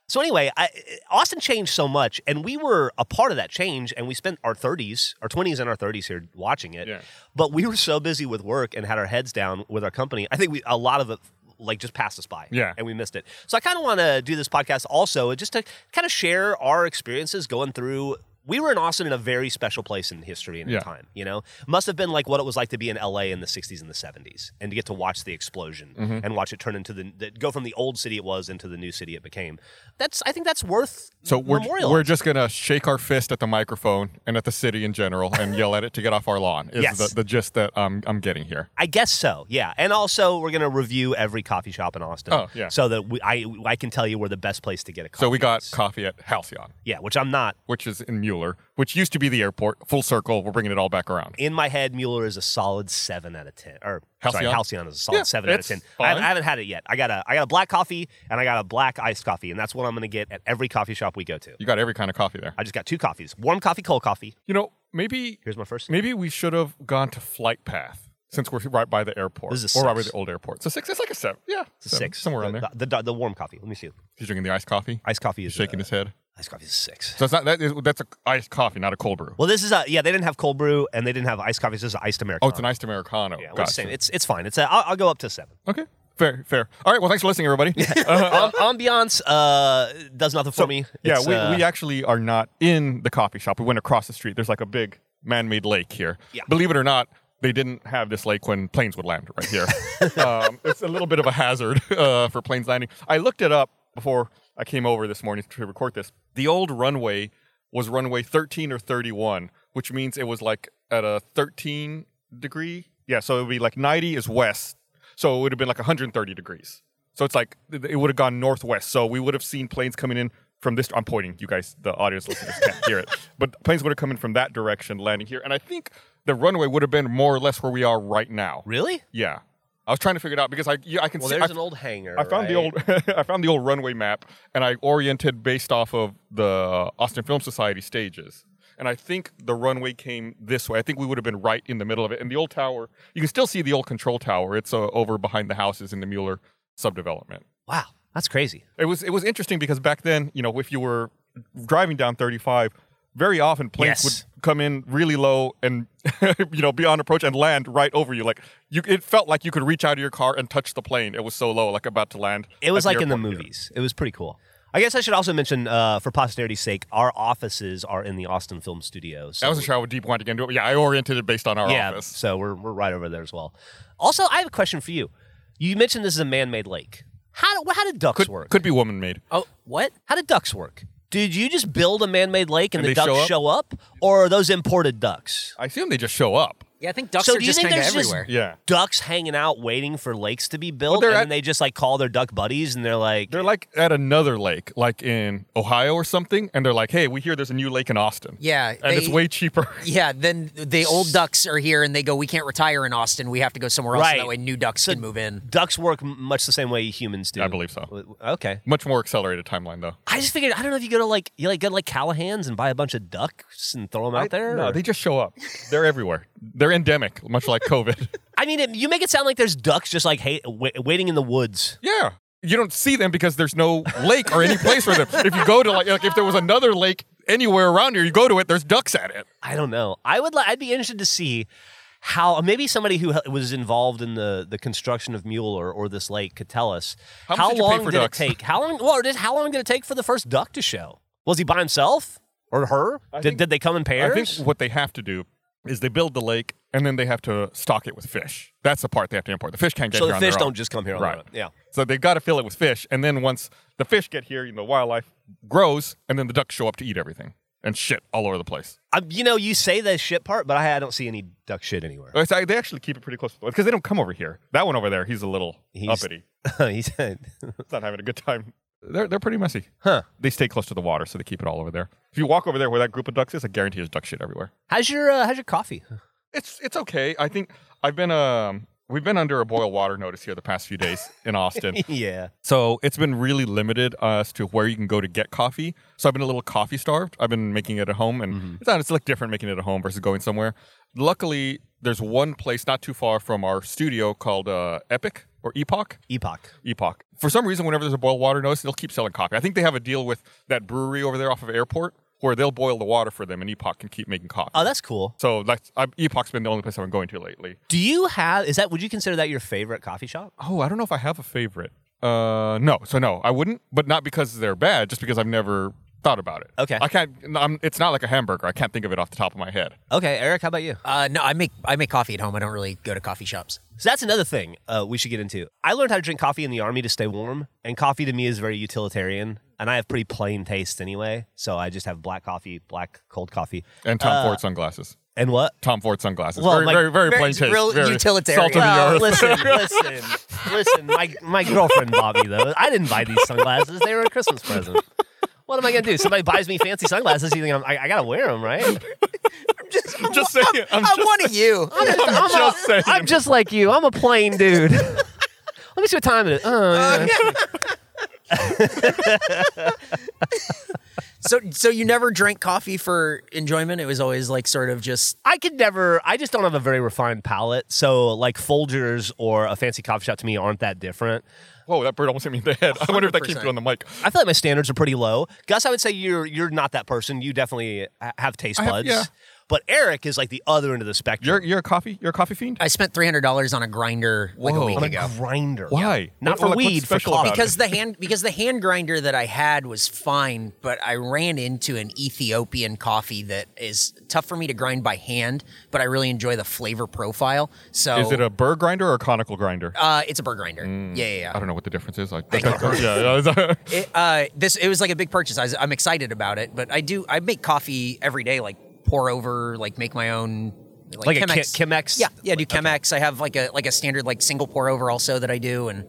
Speaker 4: So anyway, I, Austin changed so much, and we were a part of that change, and we spent our 30s, our 20s, and our 30s here watching it.
Speaker 2: Yeah.
Speaker 4: But we were so busy with work and had our heads down with our company. I think we a lot of it like just passed us by.
Speaker 2: Yeah.
Speaker 4: and we missed it. So I kind of want to do this podcast also just to kind of share our experiences going through. We were in Austin in a very special place in history and in
Speaker 2: Yeah.
Speaker 4: time. You know, must have been like what it was like to be in LA in the 60s and the 70s, and to get to watch the explosion
Speaker 2: Mm-hmm.
Speaker 4: and watch it turn into the, the go from the old city it was into the new city it became. That's I think that's worth
Speaker 2: So we're
Speaker 4: memorializing.
Speaker 2: we're just gonna shake our fist at the microphone and at the city in general and yell at it to get off our lawn. Is
Speaker 4: Yes.
Speaker 2: the, the gist that um, I'm getting here.
Speaker 4: I guess so. Yeah, and also we're gonna review every coffee shop in Austin.
Speaker 2: Oh, yeah.
Speaker 4: So that we, I I can tell you where the best place to get a coffee.
Speaker 2: So we got
Speaker 4: is.
Speaker 2: coffee at Halcyon.
Speaker 4: yeah, which I'm not
Speaker 2: which is in Mueller, which used to be the airport. Full circle, we're bringing it all back around.
Speaker 4: in my head, Mueller is a solid seven out of ten. Or sorry,
Speaker 2: Halcyon?
Speaker 4: Halcyon is a solid
Speaker 2: Yeah,
Speaker 4: seven out of
Speaker 2: it's
Speaker 4: ten. I haven't,
Speaker 2: fine.
Speaker 4: I haven't had it yet. I got a I got a black coffee and I got a black iced coffee, and that's what I'm gonna get at every coffee shop we go to.
Speaker 2: You got every kind of coffee there.
Speaker 4: I just got two coffees: warm coffee, cold coffee.
Speaker 2: You know, maybe
Speaker 4: Here's my first.
Speaker 2: maybe we should have gone to Flight Path since we're right by the airport,
Speaker 4: This is a
Speaker 2: or right by
Speaker 4: six.
Speaker 2: the old airport. It's a six. It's like a seven. Yeah,
Speaker 4: It's a
Speaker 2: seven,
Speaker 4: six
Speaker 2: somewhere
Speaker 4: the,
Speaker 2: on there.
Speaker 4: The, the, the warm coffee. Let me see.
Speaker 2: He's drinking the iced coffee,
Speaker 4: Iced coffee is
Speaker 2: shaking
Speaker 4: uh,
Speaker 2: his head.
Speaker 4: Iced coffee is a six.
Speaker 2: So it's not that is, that's a iced coffee, not a cold brew.
Speaker 4: Well, this is a yeah. They didn't have cold brew and they didn't have iced coffee. This is iced
Speaker 2: oh,
Speaker 4: americano.
Speaker 2: it's an iced americano.
Speaker 4: Yeah, we're
Speaker 2: gotcha.
Speaker 4: just saying, it's it's fine. It's a, I'll, I'll go up to seven.
Speaker 2: Okay, fair, fair. All right. Well, thanks for listening, everybody. Uh,
Speaker 4: um, ambiance uh, does nothing for
Speaker 2: so-
Speaker 4: me.
Speaker 2: Yeah,
Speaker 4: It's,
Speaker 2: we,
Speaker 4: uh,
Speaker 2: we actually are not in the coffee shop. We went across the street. There's like a big man made lake here.
Speaker 4: Yeah.
Speaker 2: Believe it or not, they didn't have this lake when planes would land right here. um, it's a little bit of a hazard uh, for planes landing. I looked it up before I came over this morning to record this. The old runway was runway 13 or 31, which means it was like at a 13 degree. Yeah, so it would be like 90 is west. So it would have been like 130 degrees. So it's like th- it would have gone northwest. So we would have seen planes coming in from this. I'm pointing. You guys, the audience listeners can't hear it, but planes would have come in from that direction, landing here. And I think the runway would have been more or less where we are right now.
Speaker 4: really.
Speaker 2: Yeah. I was trying to figure it out because I yeah, I can
Speaker 4: Well,
Speaker 2: see.
Speaker 4: there's
Speaker 2: I,
Speaker 4: an old hangar.
Speaker 2: I found the
Speaker 4: right?
Speaker 2: old I found the old runway map and I oriented based off of the Austin Film Society stages. And I think the runway came this way. I think we would have been right in the middle of it. And the old tower, you can still see the old control tower. It's uh, over behind the houses in the Mueller subdevelopment.
Speaker 4: Wow, that's crazy.
Speaker 2: It was it was interesting because back then, you know, if you were driving down 35, very often planes
Speaker 4: Yes.
Speaker 2: would come in really low and you know be on approach and land right over you. Like you, it felt like you could reach out of your car and touch the plane. It was so low, like about to land.
Speaker 4: It was
Speaker 2: at
Speaker 4: like in the
Speaker 2: airport here.
Speaker 4: movies. It was pretty cool. I guess I should also mention, uh, for posterity's sake, our offices are in the Austin Film Studio. So
Speaker 2: I wasn't sure how deep wanted to get into it. but Yeah, I oriented it based on our
Speaker 4: yeah,
Speaker 2: office.
Speaker 4: so we're we're right over there as well. Also, I have a question for you. You mentioned this is a man-made lake. How do, how did ducks
Speaker 2: Could
Speaker 4: work?
Speaker 2: could be woman made.
Speaker 3: Oh, what?
Speaker 4: How did ducks work? Did you just build a man-made lake and,
Speaker 2: And
Speaker 4: the
Speaker 2: they
Speaker 4: ducks
Speaker 2: show up?
Speaker 4: or are those imported ducks?
Speaker 2: I assume they just show up.
Speaker 3: Yeah, I think ducks
Speaker 4: so
Speaker 3: are
Speaker 4: do you
Speaker 3: just
Speaker 4: think
Speaker 3: kind of
Speaker 4: there's
Speaker 3: everywhere.
Speaker 4: just
Speaker 2: Yeah.
Speaker 4: ducks hanging out waiting for lakes to be built,
Speaker 2: they're
Speaker 4: and
Speaker 2: at-
Speaker 4: then they just like call their duck buddies and they're like,
Speaker 2: They're like at another lake, like in Ohio or something, and they're like, "Hey, we hear there's a new lake in Austin."
Speaker 3: Yeah,
Speaker 2: and it's
Speaker 3: they-
Speaker 2: way cheaper.
Speaker 3: Yeah, then the old ducks are here and they go, we can't retire in Austin. We have to go somewhere else. so
Speaker 4: Right.
Speaker 3: that way new ducks can move in.
Speaker 4: ducks work m- much the same way humans do.
Speaker 2: I believe so.
Speaker 4: W- Okay.
Speaker 2: Much more accelerated timeline though.
Speaker 4: I just figured I don't know if you go to like you like go to like Callahan's and buy a bunch of ducks and throw them out there.
Speaker 2: No,
Speaker 4: or-
Speaker 2: they just show up. They're everywhere. They're endemic, much like COVID.
Speaker 4: I mean, it, you make it sound like there's ducks just like hey, wa waiting in the woods.
Speaker 2: yeah. You don't see them because there's no lake or any place for them. If you go to like, like if there was another lake anywhere around here, you go to it, there's ducks at it.
Speaker 4: I don't know. I would. Li- I'd be interested to see how maybe somebody who h- was involved in the the construction of Mule or, or this lake could tell us
Speaker 2: How much
Speaker 4: how
Speaker 2: did you pay
Speaker 4: long
Speaker 2: for
Speaker 4: did
Speaker 2: ducks?
Speaker 4: it take? How long? Well, did, how long did it take for the first duck to show? Was he by himself or her? Did,
Speaker 2: think-
Speaker 4: did they come in pairs?
Speaker 2: I think what they have to do is they build the lake and then they have to stock it with fish. That's the part they have to import. The fish can't get
Speaker 4: so
Speaker 2: here
Speaker 4: the
Speaker 2: on their
Speaker 4: fish
Speaker 2: own.
Speaker 4: don't just come here on
Speaker 2: right.
Speaker 4: their own. Yeah.
Speaker 2: So they've got to fill it with fish, and then once the fish get here, you know, wildlife grows, and then the ducks show up to eat everything and shit all over the place.
Speaker 4: I, you know, you say the shit part, but I, I don't see any duck shit anywhere.
Speaker 2: Uh, so they actually keep it pretty close because they don't come over here. That one over there, he's a little
Speaker 4: He's-
Speaker 2: uppity.
Speaker 4: he said,
Speaker 2: He's not having a good time. They're they're pretty messy.
Speaker 4: "Huh?
Speaker 2: They stay close to the water, so they keep it all over there. If you walk over there where that group of ducks is, I guarantee there's duck shit everywhere.
Speaker 4: How's your uh, How's your coffee?
Speaker 2: It's it's okay. I think I've been um we've been under a boil water notice here the past few days in Austin.
Speaker 4: yeah,
Speaker 2: So it's been really limited uh, as to where you can go to get coffee. So I've been a little coffee starved. I've been making it at home, and it's not, it's like different making it at home versus going somewhere. Luckily, there's one place not too far from our studio called uh, Epic or Epoch.
Speaker 4: Epoch.
Speaker 2: Epoch. For some reason, whenever there's a boil water notice, they'll keep selling coffee. I think they have a deal with that brewery over there off of Airport where they'll boil the water for them, and Epoch can keep making coffee.
Speaker 4: Oh, that's cool.
Speaker 2: so that's I, Epoch's been the only place I've been going to lately.
Speaker 4: Do you have? Is that? Would you consider that your favorite coffee shop?
Speaker 2: Oh, I don't know if I have a favorite. Uh, no. So no, I wouldn't. But not because they're bad, just because I've never thought about it.
Speaker 4: Okay.
Speaker 2: I can't. no, I'm, it's not like a hamburger. I can't think of it off the top of my head.
Speaker 4: Okay, Eric, how about you?
Speaker 3: Uh, no, I make I make coffee at home. I don't really go to coffee shops.
Speaker 4: So that's another thing uh, we should get into. I learned how to drink coffee in the army to stay warm, and coffee to me is very utilitarian, and I have pretty plain taste anyway. So I just have black coffee, black cold coffee, Uh,
Speaker 2: And Tom Ford sunglasses.
Speaker 4: and what?
Speaker 2: Tom Ford sunglasses.
Speaker 4: well,
Speaker 2: very,
Speaker 4: my-
Speaker 2: very, very,
Speaker 3: very-
Speaker 2: plain
Speaker 3: it's
Speaker 2: taste.
Speaker 3: real
Speaker 2: very
Speaker 3: utilitarian.
Speaker 2: Salt of
Speaker 4: Well,
Speaker 2: the earth.
Speaker 4: listen, listen, listen. My my girlfriend Bobby though, I didn't buy these sunglasses. They were a Christmas present. What am I gonna do? Somebody buys me fancy sunglasses. You think I'm, I, I gotta wear them, right?
Speaker 2: just saying. I'm,
Speaker 3: I'm
Speaker 2: just,
Speaker 3: one of you.
Speaker 2: I'm just saying.
Speaker 4: I'm just like you. I'm a plain dude. Let me see what time it is. Uh,
Speaker 3: so so you never drank coffee for enjoyment. It was always like sort of just
Speaker 4: I could never. I just don't have a very refined palate. So like Folgers or a fancy coffee shop to me aren't that different.
Speaker 2: whoa, that bird almost hit me in the head. I wonder if that keeps
Speaker 3: 100%.
Speaker 2: you on the mic.
Speaker 4: I feel like my standards are pretty low. Gus, I would say you're you're not that person. You definitely ha- have taste
Speaker 2: have-
Speaker 4: buds.
Speaker 2: yeah.
Speaker 4: But Eric is like the other end of the spectrum.
Speaker 2: You're you're a coffee. You're a coffee fiend.
Speaker 3: I spent three hundred dollars on a grinder like a
Speaker 2: Whoa.
Speaker 3: week
Speaker 4: on a
Speaker 3: ago.
Speaker 4: grinder.
Speaker 2: Why?
Speaker 4: Yeah. Not
Speaker 2: What-
Speaker 4: for
Speaker 2: like, what's
Speaker 4: weed, for
Speaker 2: special about
Speaker 4: coffee.
Speaker 2: it?
Speaker 4: Because
Speaker 3: because the hand because the hand grinder that I had was fine, but I ran into an Ethiopian coffee that is tough for me to grind by hand, but I really enjoy the flavor profile. So
Speaker 2: Is it a burr grinder or a conical grinder?
Speaker 3: uh, it's a burr grinder. Yeah, yeah,
Speaker 2: I
Speaker 3: yeah.
Speaker 2: don't know what the difference is. Like,
Speaker 3: Thank you.
Speaker 2: yeah, yeah.
Speaker 3: It, uh, this it was like a big purchase. I was, I'm excited about it, but I do I make coffee every day, like pour over, like make my own.
Speaker 4: Like a Che- Chemex?
Speaker 3: Yeah, yeah. I do Chemex. I have like a like a standard like single pour over also that I do, and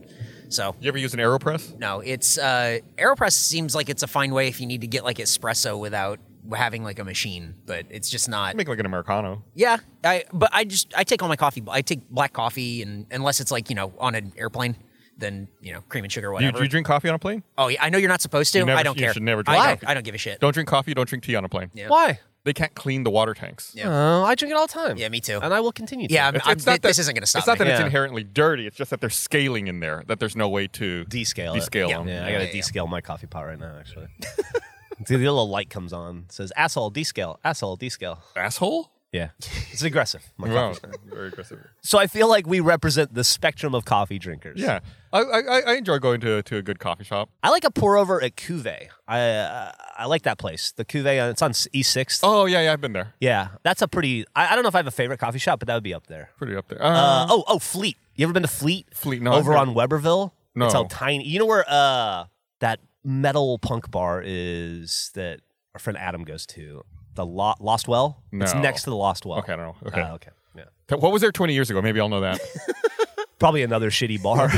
Speaker 3: so
Speaker 2: you ever use an Aeropress?
Speaker 3: No, it's uh, Aeropress seems like it's a fine way if you need to get like espresso without having like a machine, but it's just not.
Speaker 2: Make like an Americano.
Speaker 3: Yeah, I but I just I take all my coffee. I take black coffee, and unless it's like you know on an airplane, then you know cream and sugar or
Speaker 2: Do you,
Speaker 3: whatever.
Speaker 2: do you drink coffee on a plane?
Speaker 3: oh yeah, I know you're not supposed to.
Speaker 2: You never-
Speaker 3: I don't
Speaker 2: you
Speaker 3: care.
Speaker 2: should never drink
Speaker 3: I
Speaker 2: coffee.
Speaker 3: don't, I don't give a shit.
Speaker 2: Don't drink coffee. Don't drink tea on a plane.
Speaker 3: Yeah.
Speaker 4: Why?
Speaker 2: They can't clean the water tanks.
Speaker 3: Yeah.
Speaker 4: Uh, I drink it all the time.
Speaker 3: Yeah, me too.
Speaker 4: And I will continue. To
Speaker 3: yeah, I'm,
Speaker 2: It's-
Speaker 3: I'm,
Speaker 2: it's not
Speaker 3: thi-
Speaker 2: that-
Speaker 3: this isn't gonna stop.
Speaker 2: It's not
Speaker 3: me.
Speaker 2: that it's
Speaker 4: Yeah.
Speaker 2: inherently dirty. It's just that there's scaling in there that there's no way to
Speaker 4: descale. it.
Speaker 2: descale them.
Speaker 4: Yeah, I gotta
Speaker 3: Yeah, yeah.
Speaker 4: descale my coffee pot right now. Actually, the little light comes on. Says asshole descale. Asshole descale.
Speaker 2: Asshole.
Speaker 4: Yeah, it's aggressive. My
Speaker 2: Wow,
Speaker 4: coffee.
Speaker 2: very aggressive.
Speaker 4: So I feel like we represent the spectrum of coffee drinkers.
Speaker 2: Yeah, I, I I enjoy going to to a good coffee shop.
Speaker 4: I like a pour over at Cuvée. I uh, I like that place. The Cuvée. uh, It's on E Sixth.
Speaker 2: Oh yeah, yeah, I've been there.
Speaker 4: Yeah, that's a pretty. I, I don't know if I have a favorite coffee shop, but that would be up there.
Speaker 2: Pretty up there.
Speaker 4: Uh,
Speaker 2: Uh,
Speaker 4: oh, oh, Fleet. You ever been to Fleet?
Speaker 2: Fleet, no,
Speaker 4: Over
Speaker 2: I've
Speaker 4: on Weberville.
Speaker 2: No.
Speaker 4: It's all tiny. You know where uh that metal punk bar is that our friend Adam goes to? The Lo- Lost Well. It's
Speaker 2: No.
Speaker 4: next to the Lost Well.
Speaker 2: okay, I don't know. Okay,
Speaker 4: Ah, okay. Yeah.
Speaker 2: Th- what was there 20 years ago? Maybe I'll know that.
Speaker 4: Probably another shitty bar.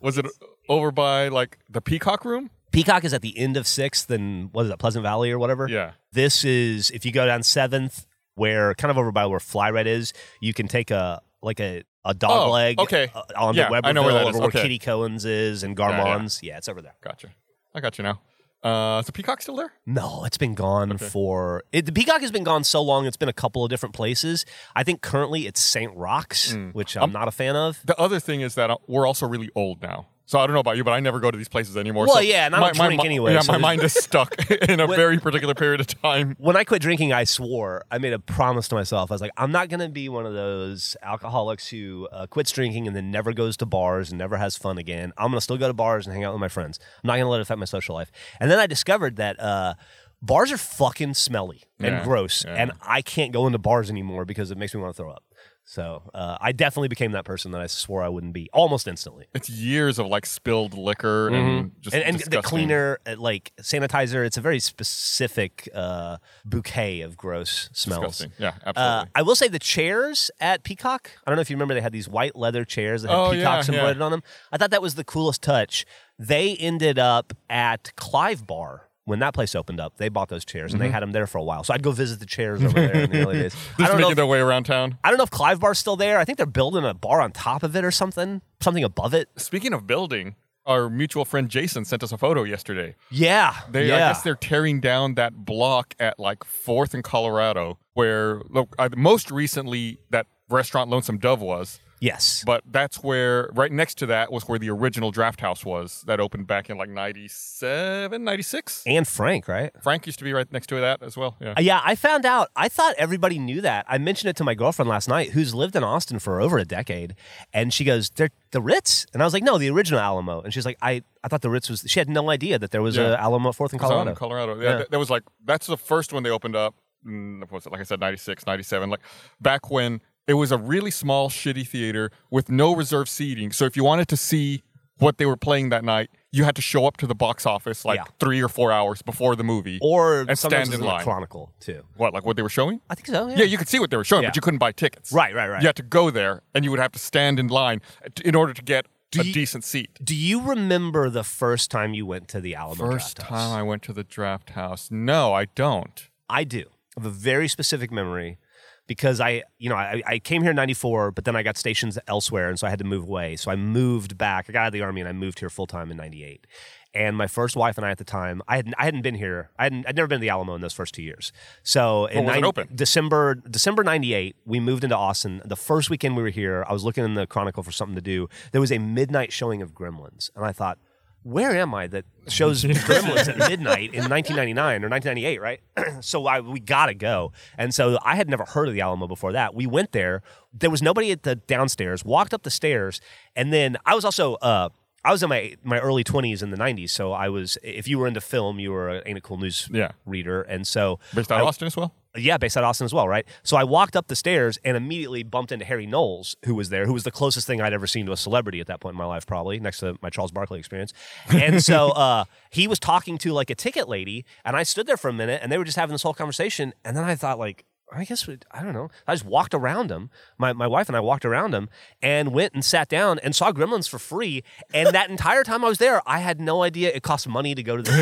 Speaker 2: was it over by like the Peacock Room?
Speaker 4: Peacock is at the end of Sixth and what is that Pleasant Valley or whatever.
Speaker 2: Yeah.
Speaker 4: This is if you go down Seventh, where kind of over by where Fly Red is, you can take a like a a dog
Speaker 2: Oh,
Speaker 4: leg
Speaker 2: okay.
Speaker 4: uh, on
Speaker 2: Yeah,
Speaker 4: the Weberville
Speaker 2: I know where that
Speaker 4: over
Speaker 2: is.
Speaker 4: where
Speaker 2: Okay.
Speaker 4: Kitty Cohen's is and
Speaker 2: yeah.
Speaker 4: Garmon's. Yeah, it's over there.
Speaker 2: Gotcha. I got you now. Uh, is the Peacock still there?
Speaker 4: No, it's been gone for it, the Peacock has been gone so long. It's been a couple of different places. I think currently it's St. Rocks, which I'm not a fan of.
Speaker 2: The other thing is that uh, we're also really old now. So I don't know about you, but I never go to these places anymore.
Speaker 4: Well,
Speaker 2: so
Speaker 4: yeah, and I don't drink
Speaker 2: mi-
Speaker 4: anyway,
Speaker 2: Yeah,
Speaker 4: so
Speaker 2: my
Speaker 4: there's-
Speaker 2: mind is stuck in a very particular period of time.
Speaker 4: when I quit drinking, I swore I made a promise to myself. I was like, I'm not gonna be one of those alcoholics who uh, quits drinking and then never goes to bars and never has fun again. I'm gonna still go to bars and hang out with my friends. I'm not gonna let it affect my social life. And then I discovered that uh, bars are fucking smelly and
Speaker 2: Yeah,
Speaker 4: gross,
Speaker 2: yeah.
Speaker 4: and I can't go into bars anymore because it makes me want to throw up. So uh, I definitely became that person that I swore I wouldn't be almost instantly.
Speaker 2: It's years of like spilled liquor and just
Speaker 4: Mm-hmm. and and the
Speaker 2: disgusting-
Speaker 4: cleaner, uh, like sanitizer, it's a very specific uh, bouquet of gross smells.
Speaker 2: Disgusting. Yeah,
Speaker 4: Uh,
Speaker 2: absolutely.
Speaker 4: I will say the chairs at Peacock. I don't know if you remember, they had these white leather chairs that had
Speaker 2: Oh,
Speaker 4: peacocks
Speaker 2: yeah, yeah.
Speaker 4: embroidered on them. I thought that was the coolest touch. They ended up at Clive Bar when that place opened up. They bought those chairs and they had them there for a while. So I'd go visit the chairs over there in the early days. I
Speaker 2: Mm-hmm. just
Speaker 4: don't know.
Speaker 2: making
Speaker 4: If,
Speaker 2: their way around town.
Speaker 4: I don't know if Clive Bar's still there. I think they're building a bar on top of it or something, something above it.
Speaker 2: Speaking of building, our mutual friend Jason sent us a photo yesterday.
Speaker 4: Yeah,
Speaker 2: They,
Speaker 4: yeah.
Speaker 2: I guess they're tearing down that block at like Fourth and Colorado, where look, I, most recently that restaurant Lonesome Dove was.
Speaker 4: yes.
Speaker 2: But that's where, right next to that, was where the original Draft House was that opened back in like 97, 96.
Speaker 4: and Frank, right?
Speaker 2: Frank used to be right next to that as well. Yeah.
Speaker 4: Uh, Yeah, I found out. I thought everybody knew that. I mentioned it to my girlfriend last night, who's lived in Austin for over a decade, and she goes, "They're the Ritz," and I was like, "No, the original Alamo." And she's like, "I, I thought the Ritz was." She had no idea that there was
Speaker 2: Yeah.
Speaker 4: a Alamo at Fourth and
Speaker 2: It's out
Speaker 4: Colorado.
Speaker 2: in Colorado. Yeah,
Speaker 4: Yeah.
Speaker 2: th- That was like, that's the first one they opened up. mm, What was it? Like I said, 96, 97. Like back when it was a really small, shitty theater with no reserved seating. So if you wanted to see what they were playing that night, you had to show up to the box office like
Speaker 4: Yeah.
Speaker 2: three or four hours before the movie.
Speaker 4: or
Speaker 2: And
Speaker 4: sometimes
Speaker 2: stand
Speaker 4: it was
Speaker 2: in
Speaker 4: in the
Speaker 2: line.
Speaker 4: Chronicle too.
Speaker 2: what, like what they were showing?
Speaker 4: I think so. Yeah.
Speaker 2: Yeah, you could see what they were showing,
Speaker 4: Yeah.
Speaker 2: but you couldn't buy tickets.
Speaker 4: Right, right, right.
Speaker 2: You had to go there, and you would have to stand in line t- in order to get a
Speaker 4: you-
Speaker 2: decent seat.
Speaker 4: Do you remember the first time you went to the Alamo?
Speaker 2: First
Speaker 4: Drafthouse?
Speaker 2: time I went to the draft house. No, I don't.
Speaker 4: I do. I have a very specific memory because I, you know, I, I came here in 94, but then I got stations elsewhere. And so I had to move away. So I moved back. I got out of the army and I moved here full time in 98. And my first wife and I at the time, I hadn't, I hadn't been here. I hadn't, I'd never been to the Alamo in those first two years. So in
Speaker 2: was it
Speaker 4: 90
Speaker 2: open?
Speaker 4: December, December 98, we moved into Austin. The first weekend we were here, I was looking in the Chronicle for something to do. There was a midnight showing of Gremlins. And I thought, where am I that shows Gremlins at midnight in 1999 or 1998, right? so I, we gotta go. And so I had never heard of the Alamo before that. We went there. There was nobody at the downstairs. Walked up the stairs, and then I was also uh, I was in my my early 20s in the 90s. So I was if you were into film, you were an Ain't It Cool News
Speaker 2: Yeah.
Speaker 4: reader, and so
Speaker 2: Based out of Austin as well.
Speaker 4: yeah, based out of Austin as well, right? So I walked up the stairs and immediately bumped into Harry Knowles, who was there, who was the closest thing I'd ever seen to a celebrity at that point in my life, probably next to my Charles Barkley experience. And so uh, he was talking to like a ticket lady, and I stood there for a minute, and they were just having this whole conversation. And then I thought, like, I guess we, I don't know. I just walked around them. My my wife and I walked around them and went and sat down and saw Gremlins for free. And that entire time I was there, I had no idea it cost money to go to the.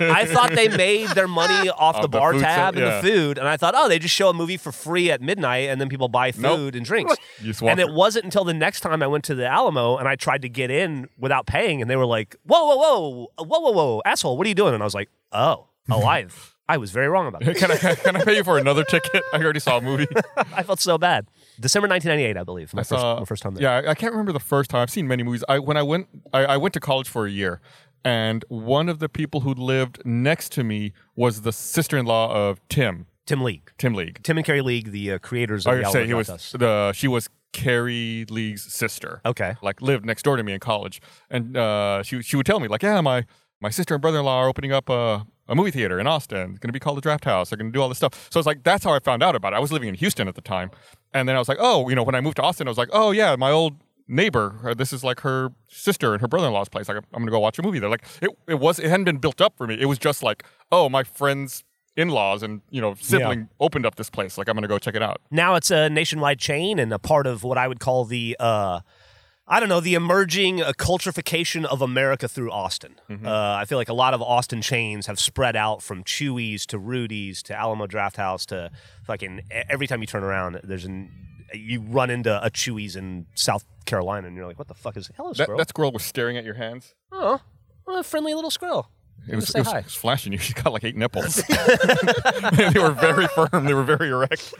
Speaker 4: movie. I thought they made their money off the,
Speaker 2: the
Speaker 4: bar
Speaker 2: food
Speaker 4: tab
Speaker 2: sale,
Speaker 4: and
Speaker 2: yeah.
Speaker 4: the food, and I thought, oh, they just show a movie for free at midnight, and then people buy food
Speaker 2: Nope.
Speaker 4: and drinks.
Speaker 2: You just walk
Speaker 4: and it
Speaker 2: through.
Speaker 4: wasn't until the next time I went to the Alamo and I tried to get in without paying, and they were like, whoa, whoa, whoa, whoa, whoa, whoa, asshole, what are you doing? And I was like, oh, oh, I. I was very wrong about that.
Speaker 2: Can I can I pay you for another ticket? I already saw a movie.
Speaker 4: I felt so bad. December 1998, I believe. My, first,
Speaker 2: saw-
Speaker 4: my Oh, first time there.
Speaker 2: Yeah, I- I can't remember the first time. I've seen many movies. I when I went, I, I went to college for a year, and one of the people who lived next to me was the sister-in-law of Tim,
Speaker 4: Tim League.
Speaker 2: Tim League.
Speaker 4: Tim and Kerry League, the uh, creators of
Speaker 2: I
Speaker 4: the
Speaker 2: would
Speaker 4: Alamo
Speaker 2: say Oh, he was
Speaker 4: Drafthouse.
Speaker 2: the she was Carrie League's sister.
Speaker 4: Okay.
Speaker 2: like lived next door to me in college, and uh, she she would tell me like, yeah, my my sister and brother-in-law are opening up a. A movie theater in Austin. It's going to be called the Draft House. They're going to do all this stuff. So it's like that's how I found out about it. I was living in Houston at the time, and then I was like, oh, you know, when I moved to Austin, I was like, oh yeah, my old neighbor. uh, This is like her sister and her brother-in-law's place. Like I'm going to go watch a movie there. Like it, it was. It hadn't been built up for me. It was just like, oh, my friend's in-laws and you know sibling opened up this place. Like I'm going to go check it out.
Speaker 4: Now it's a nationwide chain and a part of what I would call the, uh, I don't know, the emerging uh, culturification of America through Austin. Uh, I feel like a lot of Austin chains have spread out from Chewy's to Rudy's to Alamo Draft House to fucking e, every time you turn around, there's an you run into a Chewy's in South Carolina and you're like, what the fuck is hello
Speaker 2: That,
Speaker 4: squirrel?
Speaker 2: that squirrel was staring at your hands.
Speaker 4: oh, a friendly little squirrel.
Speaker 2: It was,
Speaker 4: say
Speaker 2: it was,
Speaker 4: hi.
Speaker 2: it was flashing you. She got like eight nipples. they were very firm. They were very erect.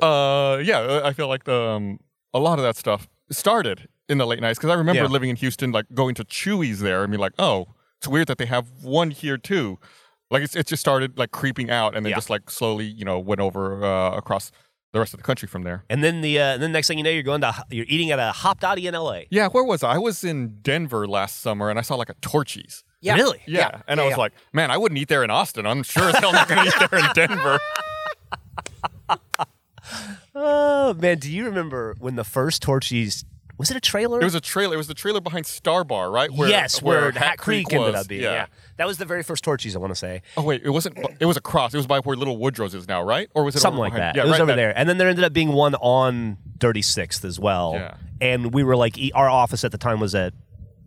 Speaker 2: Uh, yeah, I feel like the, um, a lot of that stuff started in the late nights because I remember
Speaker 4: Yeah.
Speaker 2: living in Houston, like going to Chewy's there and be like, oh, it's weird that they have one here too. Like it's, it just started like creeping out and then
Speaker 4: Yeah.
Speaker 2: just like slowly, you know, went over uh, across the rest of the country from there.
Speaker 4: And then the uh, and then next thing you know, you're going to you're eating at a Hop Dottie in L.A.
Speaker 2: Yeah, where was I? I was in Denver last summer and I saw like a Torchies.
Speaker 3: Yeah.
Speaker 4: Really?
Speaker 2: Yeah. And I
Speaker 3: yeah,
Speaker 2: was
Speaker 3: yeah.
Speaker 2: like, man, I wouldn't eat there in Austin. I'm sure as hell not going to eat there in Denver.
Speaker 4: Oh man, do you remember when the first Torchies was it a trailer?
Speaker 2: It was a trailer. It was the trailer behind Star Bar, right?
Speaker 4: yes, where, Hat Creek, ended up being. Yeah. that was the very first Torchies. I want to say
Speaker 2: Oh wait, it wasn't. It was across. It was by where Little Woodrow's is now, right? Or was it
Speaker 4: something
Speaker 2: over
Speaker 4: like
Speaker 2: behind-
Speaker 4: that.
Speaker 2: Yeah,
Speaker 4: it was
Speaker 2: right,
Speaker 4: over
Speaker 2: that-
Speaker 4: there, and then there ended up being one on Thirty Sixth as well.
Speaker 2: Yeah.
Speaker 4: And we were like, e- our office at the time was at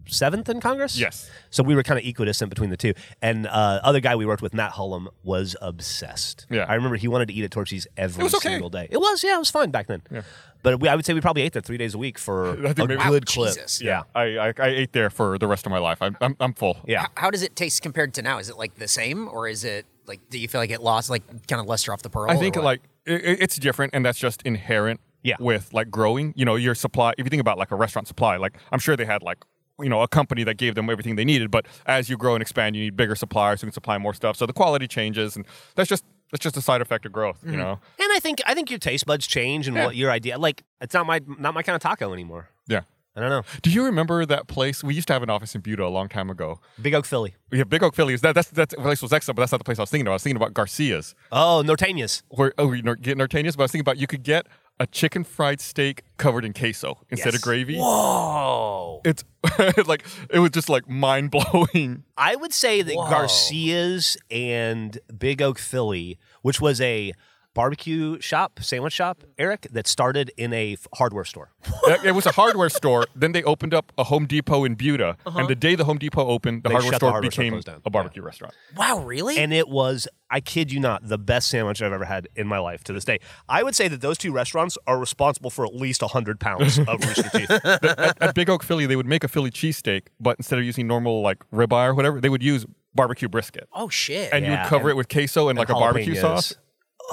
Speaker 4: Seventh in Congress.
Speaker 2: Yes.
Speaker 4: So we were kind of equidistant between the two. And uh, other guy we worked with, Matt Hullum, was obsessed.
Speaker 2: Yeah.
Speaker 4: I remember he wanted to eat at Torchies every
Speaker 2: was okay.
Speaker 4: single day. It was, yeah, it was fun back then. Yeah. But we, I would say we probably ate there three days a week for
Speaker 2: I
Speaker 4: a
Speaker 2: think maybe-
Speaker 4: good
Speaker 2: Wow,
Speaker 4: clip.
Speaker 3: Jesus.
Speaker 4: Yeah.
Speaker 2: I, I I ate there for the rest of my life. I'm I'm, I'm full.
Speaker 4: Yeah.
Speaker 3: H- How does it taste compared to now? Is it like the same, or is it like do you feel like it lost, like kind of luster off the pearl?
Speaker 2: I
Speaker 3: or
Speaker 2: think
Speaker 3: what?
Speaker 2: like it, it- it's different, and that's just inherent.
Speaker 4: Oh, Yeah.
Speaker 2: With like growing, you know, your supply. If you think about like a restaurant supply, like I'm sure they had like you know a company that gave them everything they needed, but as you grow and expand, you need bigger suppliers who can supply more stuff. So the quality changes, and that's just that's just a side effect of growth.
Speaker 4: Mm-hmm.
Speaker 2: You know.
Speaker 4: And I think I think your taste buds change and what your idea like it's not my not my kind of taco anymore.
Speaker 2: Yeah.
Speaker 4: I don't know.
Speaker 2: Do you remember that place? We used to have an office in Buda a long time ago.
Speaker 4: Big Oak Philly.
Speaker 2: Yeah, Big Oak Philly is that that's that place was excellent, but that's not the place I was thinking about. I was thinking about Garcia's.
Speaker 4: Oh, Norteñas.
Speaker 2: Where oh you know, get Norteñas, but I was thinking about you could get a chicken fried steak covered in queso instead of
Speaker 4: Yes.
Speaker 2: gravy.
Speaker 4: Whoa.
Speaker 2: It's like it was just like mind blowing.
Speaker 4: I would say that Garcia's and Big Oak Philly, which was a barbecue shop, sandwich shop, Eric, that started in a f- hardware store.
Speaker 2: it it was a hardware store. Then they opened up a Home Depot in Buda,
Speaker 3: Uh-huh.
Speaker 2: and the day the Home Depot opened, the
Speaker 4: They
Speaker 2: hardware
Speaker 4: shut the
Speaker 2: store
Speaker 4: hardware store
Speaker 2: became
Speaker 4: closed down.
Speaker 2: a barbecue restaurant.
Speaker 3: wow, really?
Speaker 4: and it was i kid you not the best sandwich i've ever had in my life to this day i would say that those two restaurants are responsible for at least 100 pounds of rooster teeth
Speaker 2: at, at Big Oak Philly, they would make a Philly cheesesteak, but instead of using normal like ribeye or whatever, they would use barbecue brisket.
Speaker 3: oh shit!
Speaker 2: and you
Speaker 4: Yeah,
Speaker 2: would cover
Speaker 4: and-
Speaker 2: it with queso and, like a barbecue
Speaker 4: Jalapenos.
Speaker 2: sauce.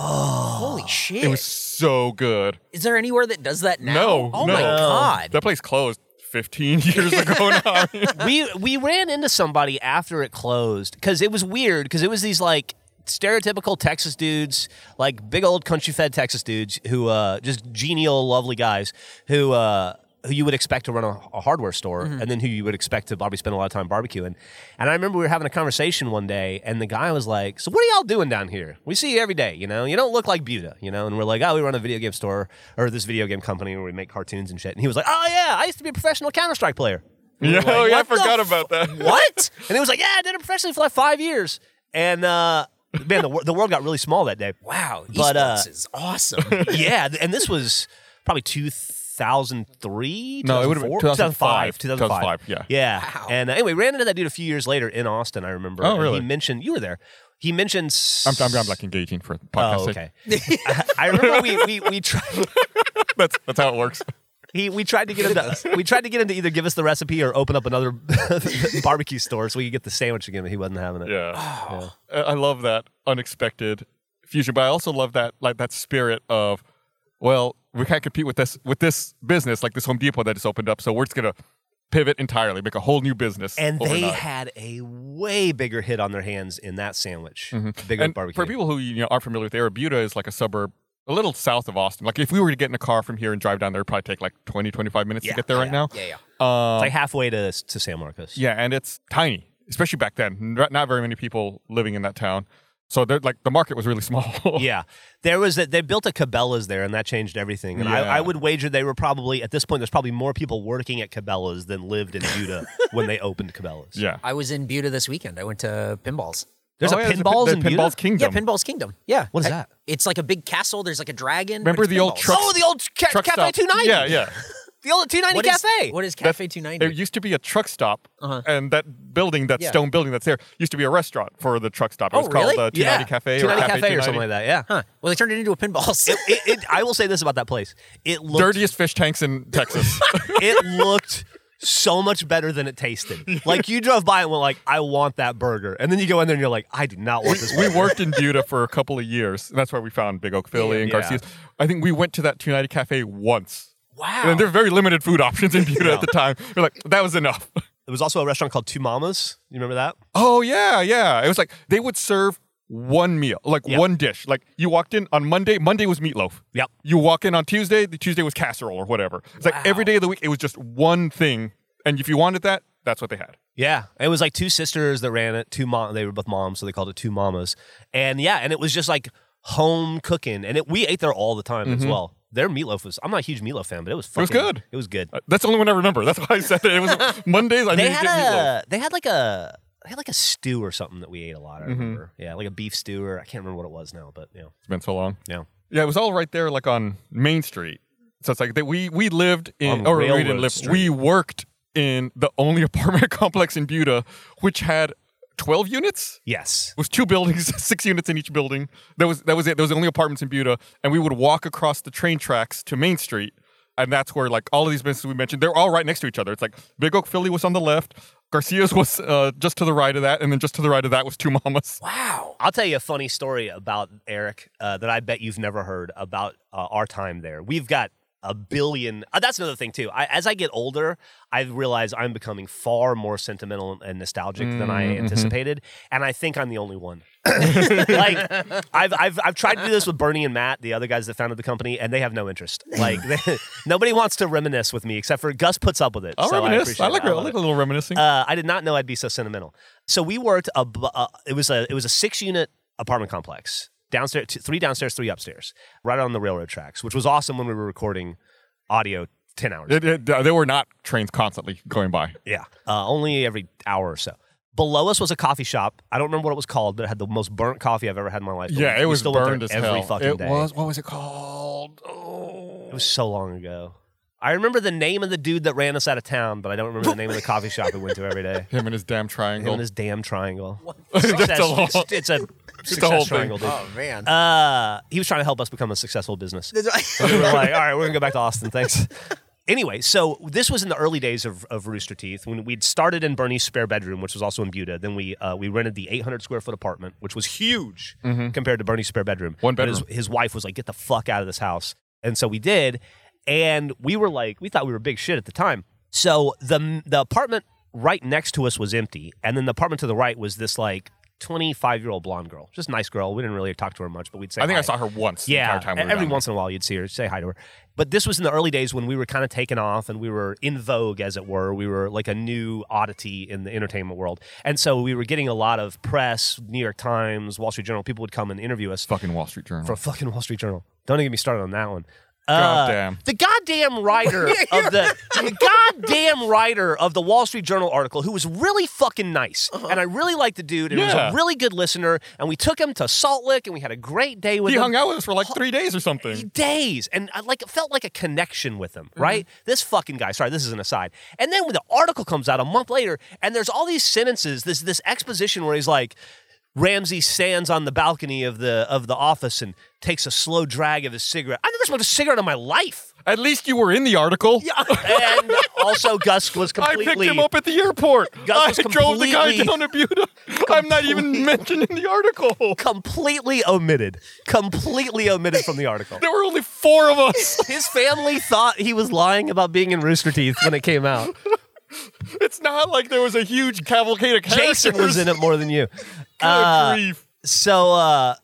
Speaker 3: Holy shit!
Speaker 2: It was so good.
Speaker 3: is there anywhere that does that now?
Speaker 2: No,
Speaker 3: Oh
Speaker 2: no.
Speaker 3: my god!
Speaker 2: That place closed 15 years ago now.
Speaker 4: we we ran into somebody after it closed because it was weird because it was these like stereotypical Texas dudes, like big old country fed Texas dudes who uh, just genial, lovely guys who. Uh, who you would expect to run a, a hardware store, and then who you would expect to probably spend a lot of time barbecuing. And I remember we were having a conversation one day, and the guy was like, "So what are y'all doing down here? We see you every day, you know. You don't look like Buda, you know." And we're like, "Oh, we run a video game store or this video game company where we make cartoons and shit." And he was like, "Oh yeah, I used to be a professional Counter Strike player."
Speaker 2: yeah, oh, yeah, I
Speaker 4: what the
Speaker 2: forgot
Speaker 4: f-
Speaker 2: about that.
Speaker 4: what? And it was like, yeah, I did it professionally for like five years. And uh, Man, the, wor- the world got really small that day.
Speaker 3: Wow,
Speaker 4: But, uh,
Speaker 3: esports is awesome.
Speaker 4: yeah, th- and this was probably 2003,
Speaker 2: No, it would've been
Speaker 4: 2004?
Speaker 2: 2005,
Speaker 4: 2005.
Speaker 2: 2005, yeah.
Speaker 4: Yeah.
Speaker 3: Wow.
Speaker 4: And uh, anyway, ran into that dude a few years later in Austin, I remember.
Speaker 2: Oh,
Speaker 4: and
Speaker 2: really?
Speaker 4: He mentioned, you were there. He mentioned. s-
Speaker 2: I'm, I'm, I'm like engaging for podcast.
Speaker 4: Oh,
Speaker 2: sake.
Speaker 4: okay. I, I remember we, we, we tried.
Speaker 2: That's that's how it works.
Speaker 4: He, we tried to get him to we tried to get him to either give us the recipe or open up another barbecue store so we could get the sandwich again, but he wasn't having it.
Speaker 2: Yeah. I I love that unexpected fusion, but I also love that like that spirit of, well, we can't compete with this with this business like this Home Depot that just opened up, so we're just gonna pivot entirely, make a whole new business.
Speaker 4: And they
Speaker 2: overnight.
Speaker 4: had a way bigger hit on their hands in that sandwich, bigger
Speaker 2: Mm-hmm. and
Speaker 4: barbecue.
Speaker 2: for people who you know aren't familiar with Arabuta is like a suburb a little south of Austin. Like if we were to get in a car from here and drive down there, it'd probably take like 20, 25 minutes
Speaker 4: Yeah,
Speaker 2: to get there right
Speaker 4: yeah,
Speaker 2: now.
Speaker 3: yeah, yeah.
Speaker 4: it's like halfway to to San Marcos.
Speaker 2: Um, Yeah, and it's tiny, especially back then. Not, not very many people living in that town. So they're like the market was really small.
Speaker 4: Yeah, there was a, they built a Cabela's there, and that changed everything. And
Speaker 2: Yeah.
Speaker 4: I, I would wager they were probably at this point. There's probably more people working at Cabela's than lived in Utah when they opened Cabela's.
Speaker 2: yeah.
Speaker 3: I was in Buda this weekend. I went to pinballs.
Speaker 4: there's
Speaker 2: Oh,
Speaker 4: a
Speaker 2: yeah, there's
Speaker 4: pinballs
Speaker 2: the
Speaker 4: in
Speaker 2: Pinballs
Speaker 4: Buda.
Speaker 2: Kingdom.
Speaker 3: Yeah, Pinball's Kingdom. Yeah.
Speaker 4: What is
Speaker 3: I-
Speaker 4: that?
Speaker 3: It's like a big castle. There's like a dragon. but
Speaker 2: Remember
Speaker 3: it's
Speaker 2: the old
Speaker 3: pinballs.
Speaker 2: truck-
Speaker 4: oh, the old ca-
Speaker 2: Truck
Speaker 4: Cafe
Speaker 2: stop.
Speaker 4: Two Ninety.
Speaker 2: Yeah, yeah.
Speaker 4: the old Two
Speaker 3: What
Speaker 4: Ninety
Speaker 3: is-
Speaker 4: Cafe.
Speaker 3: what is Oh, Cafe 290?
Speaker 2: It used to be a truck stop,
Speaker 3: Uh-huh.
Speaker 2: and that building, that
Speaker 3: Yeah.
Speaker 2: stone building that's there, used to be a restaurant for the truck stop. It
Speaker 3: Oh,
Speaker 2: was
Speaker 3: really?
Speaker 2: called uh, 290
Speaker 4: yeah,
Speaker 2: Cafe,
Speaker 4: 290
Speaker 2: or Cafe,
Speaker 4: Cafe or something like that. Yeah.
Speaker 3: Huh. Well, they turned it into a pinballs.
Speaker 4: It, it, I will say this about that place. It looked
Speaker 2: Dirtiest fish tanks in Texas.
Speaker 4: it looked so much better than it tasted. Like you drove by and went like, I want that burger. And then you go in there and you're like, I do not want this
Speaker 2: we
Speaker 4: burger.
Speaker 2: worked in Buda for a couple of years. And that's why we found Big Oak Philly and
Speaker 4: Yeah.
Speaker 2: Garcia's. I think we went to that 290 Cafe once.
Speaker 3: wow.
Speaker 2: And there were very limited food options in Buda at the time. We're like, that was enough.
Speaker 4: There was also a restaurant called Two Mamas. You remember that?
Speaker 2: Oh yeah, yeah. It was like they would serve one meal, like
Speaker 4: Yeah.
Speaker 2: one dish. Like you walked in on Monday, Monday was meatloaf.
Speaker 4: Yep.
Speaker 2: You walk in on Tuesday, the Tuesday was casserole or whatever. It's like every day of the week it was just one thing. And if you wanted that, that's what they had.
Speaker 4: Yeah, it was like two sisters that ran it. Two mom, they were both moms, so they called it two mamas. And yeah, and it was just like home cooking, and it, we ate there all the time as well. Their meatloaf was. I'm not a huge meatloaf fan, but Mm-hmm. it was. Fucking,
Speaker 2: was good.
Speaker 4: It was good.
Speaker 2: Uh, That's the only one I remember. That's why I said it. It was Mondays I knew
Speaker 4: they
Speaker 2: you
Speaker 4: had
Speaker 2: get meatloaf.
Speaker 4: a. They had like a. They had like a stew or something that we ate a lot. I remember. Yeah, like a beef stew or I can't remember what it was now, but yeah,
Speaker 2: It's been so long.
Speaker 4: yeah.
Speaker 2: Yeah, it was all right there like on Main Street. So it's like that we we lived in
Speaker 4: On
Speaker 2: or we didn't
Speaker 4: Railroad
Speaker 2: live
Speaker 4: Street.
Speaker 2: we worked in the only apartment complex in Buda which had 12 units.
Speaker 4: Yes.
Speaker 2: was two buildings, six units in each building. That was that was it. There was only apartments in Buda, and we would walk across the train tracks to Main Street, and that's where like all of these businesses we mentioned, they're all right next to each other. It's like Big Oak Philly was on the left, Garcia's was uh, just to the right of that, and then just to the right of that was Two Mamas.
Speaker 3: wow.
Speaker 4: I'll tell you a funny story about Eric uh, that I bet you've never heard about uh, our time there. We've got a billion. Uh, that's another thing too. I, as I get older, I realize I'm becoming far more sentimental and nostalgic than
Speaker 2: Mm,
Speaker 4: I
Speaker 2: mm-hmm.
Speaker 4: anticipated, and I think I'm the only one. like I've, I've I've tried to do this with Bernie and Matt, the other guys that founded the company, and they have no interest. Like they, nobody wants to reminisce with me, except for Gus puts up with it.
Speaker 2: I'll
Speaker 4: so I,
Speaker 2: reminisce.
Speaker 4: appreciate
Speaker 2: I, like,
Speaker 4: it.
Speaker 2: I
Speaker 4: love
Speaker 2: like
Speaker 4: it.
Speaker 2: a little reminiscing.
Speaker 4: Uh, I did not know I'd be so sentimental. So we worked a. bu- Uh, it was a. It was a six unit apartment complex. Downstairs, two, three downstairs, three upstairs, right on the railroad tracks, which was awesome when we were recording audio ten hours.
Speaker 2: It- it- uh, there were not trains constantly going by.
Speaker 4: yeah, uh, only every hour or so. Below us was a coffee shop. I don't remember what it was called, but it had the most burnt coffee I've ever had in my life. But
Speaker 2: Yeah,
Speaker 4: we-
Speaker 2: it
Speaker 4: we
Speaker 2: was
Speaker 4: still went there
Speaker 2: burned as
Speaker 4: every
Speaker 2: hell.
Speaker 4: fucking
Speaker 2: it
Speaker 4: day.
Speaker 2: was. What was it called? Oh,
Speaker 4: It was so long ago. I remember the name of the dude that ran us out of town, but I don't remember the name of the coffee shop we went to every day.
Speaker 2: him and his damn
Speaker 4: Him
Speaker 2: triangle.
Speaker 4: and his damn triangle.
Speaker 2: That's a long-
Speaker 4: It's, it's a success
Speaker 2: whole thing.
Speaker 4: triangle, dude.
Speaker 3: Oh man.
Speaker 4: Uh, he was trying to help us become a successful business. we were like, all right, we're gonna go back to Austin. Thanks. Anyway, so this was in the early days of, of Rooster Teeth when we'd started in Bernie's spare bedroom, which was also in Buda. Then we uh, we rented the 800 square foot apartment, which was huge compared to Bernie's spare bedroom.
Speaker 2: Mm-hmm. One
Speaker 4: But his-
Speaker 2: bedroom.
Speaker 4: His, wife was like, "Get the fuck out of this house," and so we did. And we were like, we thought we were big shit at the time. So the the apartment right next to us was empty, and then the apartment to the right was this like 25 year old blonde girl, just nice girl. We didn't really talk to her much, but we'd say.
Speaker 2: I think I
Speaker 4: hi
Speaker 2: saw her once.
Speaker 4: yeah,
Speaker 2: the entire time we were
Speaker 4: every
Speaker 2: down
Speaker 4: once in a while you'd see her, say hi to her. But this was in the early days when we were kind of taking off and we were in vogue, as it were. We were like a new oddity in the entertainment world, and so we were getting a lot of press, New York Times, Wall Street Journal. People would come and interview us
Speaker 2: there. fucking Wall Street Journal.
Speaker 4: for fucking Wall Street Journal. Don't even get me started on that one. Uh,
Speaker 2: Goddamn.
Speaker 4: the goddamn writer of the, the goddamn writer of the Wall Street Journal article, who was really fucking nice, and I really liked the dude, and he was
Speaker 2: Yeah.
Speaker 4: a really good listener, and we took him to Salt Lick, and we had a great day with
Speaker 2: He
Speaker 4: him.
Speaker 2: hung out with us for like three days or something.
Speaker 4: Days and I like felt like a connection with him, right?
Speaker 2: Mm-hmm.
Speaker 4: This fucking guy. Sorry, this is an aside. And then when the article comes out a month later, and there's all these sentences, this this exposition where he's like, Ramsey stands on the balcony of the of the office and takes a slow drag of his cigarette. I never smoked a cigarette in my life.
Speaker 2: At least you were in the article. Yeah,
Speaker 4: and also, Gus was
Speaker 2: I
Speaker 4: completely.
Speaker 2: picked him up at the airport. I
Speaker 4: Gus was
Speaker 2: drove the guy
Speaker 4: completely-
Speaker 2: down to Buda. I'm not even mentioned in the article.
Speaker 4: Completely omitted. Completely omitted from the article.
Speaker 2: There were only four of us.
Speaker 4: His family thought he was lying about being in Rooster Teeth when it came out.
Speaker 2: It's not like there was a huge cavalcade of characters.
Speaker 4: Jason was in it more than you. Uh,
Speaker 2: Good grief.
Speaker 4: So, uh,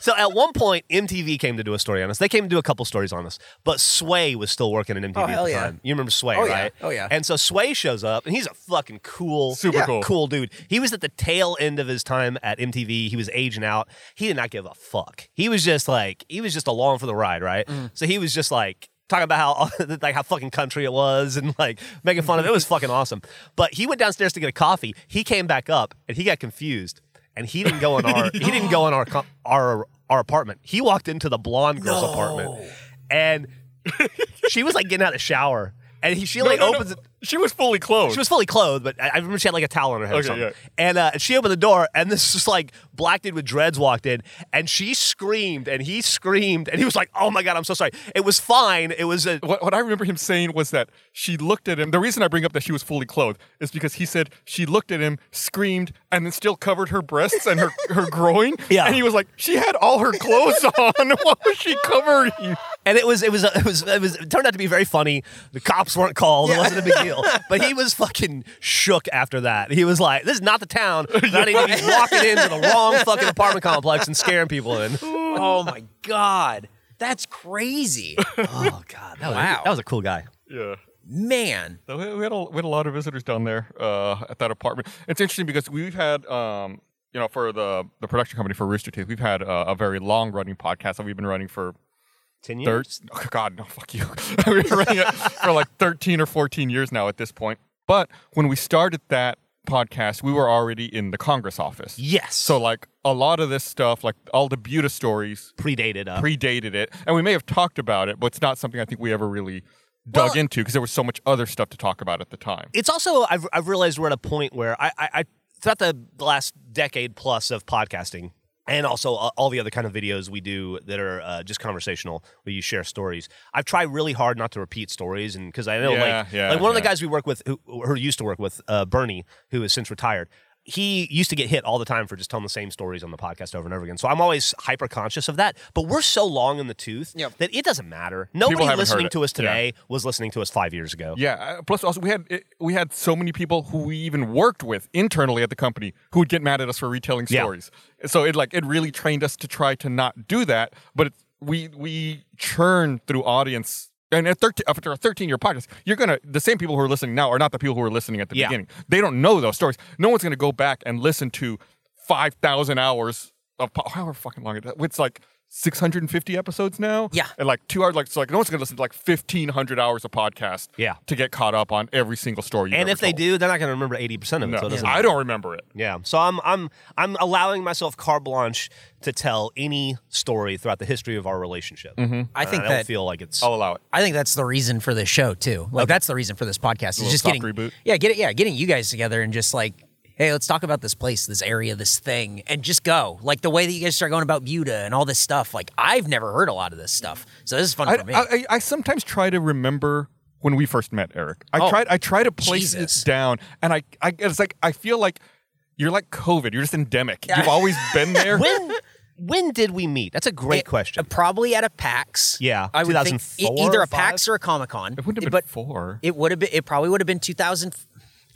Speaker 4: so at one point, MTV came to do a story on us. They came to do a couple stories on us, but Sway was still working at MTV
Speaker 3: Oh,
Speaker 4: at
Speaker 3: hell
Speaker 4: the
Speaker 3: yeah.
Speaker 4: time. You remember Sway,
Speaker 3: Oh, yeah.
Speaker 4: right?
Speaker 3: Oh, yeah.
Speaker 4: And so Sway shows up, and he's a fucking cool,
Speaker 2: Super Yeah. cool.
Speaker 4: dude. He was at the tail end of his time at MTV. He was aging out. He did not give a fuck. He was just like, he was just along for the ride, right?
Speaker 2: Mm.
Speaker 4: So he was just like. Talking about how like how fucking country it was and like making fun of it. It was fucking awesome. But he went downstairs to get a coffee. He came back up and he got confused and he didn't go in our he didn't go in our co- our our apartment. He walked into the blonde girl's apartment, and she was like getting out of the shower, and he she
Speaker 2: No,
Speaker 4: like
Speaker 2: no, no.
Speaker 4: opens it.
Speaker 2: She was fully clothed.
Speaker 4: She was fully clothed, but I I remember she had like a towel on her head or
Speaker 2: Oh. Okay,
Speaker 4: something.
Speaker 2: yeah.
Speaker 4: And uh, she opened the door, and this just like black dude with dreads walked in, and she screamed, and he screamed, and he was like, "Oh my god, I'm so sorry." It was fine. It was a
Speaker 2: what, what I remember him saying was that she looked at him. The reason I bring up that she was fully clothed is because he said she looked at him, screamed, and then still covered her breasts and her, her groin.
Speaker 4: Yeah.
Speaker 2: And he was like, she had all her clothes on. What was she covering?
Speaker 4: And it was it was it was it was it turned out to be very funny. The cops weren't called. It wasn't a big deal. But he was fucking shook after that. He was like, "This is not the town. that I need to be walking into the wrong fucking apartment complex and scaring people in."
Speaker 3: oh my god, that's crazy,
Speaker 4: Oh god, that was,
Speaker 3: Wow.
Speaker 4: that was a cool guy.
Speaker 2: Yeah.
Speaker 3: man.
Speaker 2: So we we had a, we had a lot of visitors down there uh, at that apartment. It's interesting because we've had, um, you know, for the, the production company for Rooster Teeth, we've had uh, a very long running podcast that we've been running for
Speaker 4: Ten
Speaker 2: Thir- oh, God, no, fuck you. We've been running it for like 13 or 14 years now at this point. But when we started that podcast, we were already in the Congress office.
Speaker 4: Yes.
Speaker 2: So, like, a lot of this stuff, like all the Buta stories,
Speaker 4: predated. Uh,
Speaker 2: predated it. And we may have talked about it, but it's not something I think we ever really dug
Speaker 3: Well-
Speaker 2: into because there was so much other stuff to talk about at the time.
Speaker 4: it's also I've I've realized we're at a point where I I, I throughout the last decade plus of podcasting and also a- all the other kind of videos we do that are uh, just conversational where you share stories i've tried really hard not to repeat stories and because i know
Speaker 2: Yeah,
Speaker 4: like,
Speaker 2: yeah,
Speaker 4: like one of the
Speaker 2: yeah.
Speaker 4: guys we work with who, who used to work with uh, bernie who is since retired he used to get hit all the time for just telling the same stories on the podcast over and over again so i'm always hyper conscious of that but we're so long in the tooth
Speaker 3: Yep.
Speaker 4: that it doesn't matter nobody
Speaker 2: haven't heard
Speaker 4: listening
Speaker 2: it.
Speaker 4: to us
Speaker 2: Yeah.
Speaker 4: today was listening to us five years ago
Speaker 2: Yeah. uh, Plus, also we had it, we had so many people who we even worked with internally at the company who would get mad at us for retelling
Speaker 4: Yeah.
Speaker 2: stories. So it like it really trained us to try to not do that. But it's we we churn through audience. And at 13, after a 13 year podcast, you're going to, the same people who are listening now are not the people who were listening at the
Speaker 4: Yeah.
Speaker 2: beginning. They don't know those stories. No one's going to go back and listen to 5,000 hours of, po- however fucking long it is. It's like 650 episodes now.
Speaker 3: Yeah.
Speaker 2: And like two hours, like, so like no one's going to listen to like 1,500 hours of podcast
Speaker 4: Yeah.
Speaker 2: to get caught up on every single story. You've
Speaker 4: and
Speaker 2: ever
Speaker 4: if they
Speaker 2: told.
Speaker 4: do, they're not going to remember eighty percent of it.
Speaker 2: No.
Speaker 4: So it doesn't
Speaker 2: I
Speaker 4: matter.
Speaker 2: don't remember it.
Speaker 4: Yeah. So I'm I'm I'm allowing myself carte blanche to tell any story throughout the history of our relationship.
Speaker 2: Mm-hmm.
Speaker 3: I think
Speaker 4: I don't
Speaker 3: that
Speaker 4: feel like it's.
Speaker 2: I'll allow it.
Speaker 3: I think that's the reason for this show too. Like that's the reason for this podcast. It's just
Speaker 2: soft
Speaker 3: getting
Speaker 2: reboot.
Speaker 3: Yeah, get it. Yeah, getting you guys together and just like, hey, let's talk about this place, this area, this thing, and just go. Like the way that you guys start going about Buda and all this stuff. Like I've never heard a lot of this stuff, so this is fun
Speaker 2: I,
Speaker 3: for me.
Speaker 2: I, I- I sometimes try to remember when we first met, Eric. I tried. I try to place
Speaker 3: Jesus.
Speaker 2: it down, and I, I, it's like I feel like you're like COVID. You're just endemic. You've always been there.
Speaker 4: when when did we meet? That's a great
Speaker 3: It-
Speaker 4: question.
Speaker 3: Probably at a PAX.
Speaker 4: Yeah,
Speaker 3: I would think e-
Speaker 4: 2004
Speaker 3: either
Speaker 4: or
Speaker 3: a PAX
Speaker 4: five?
Speaker 3: or a Comic Con.
Speaker 2: it wouldn't have been
Speaker 3: but
Speaker 2: four.
Speaker 3: It would have been. It probably would have been 2000.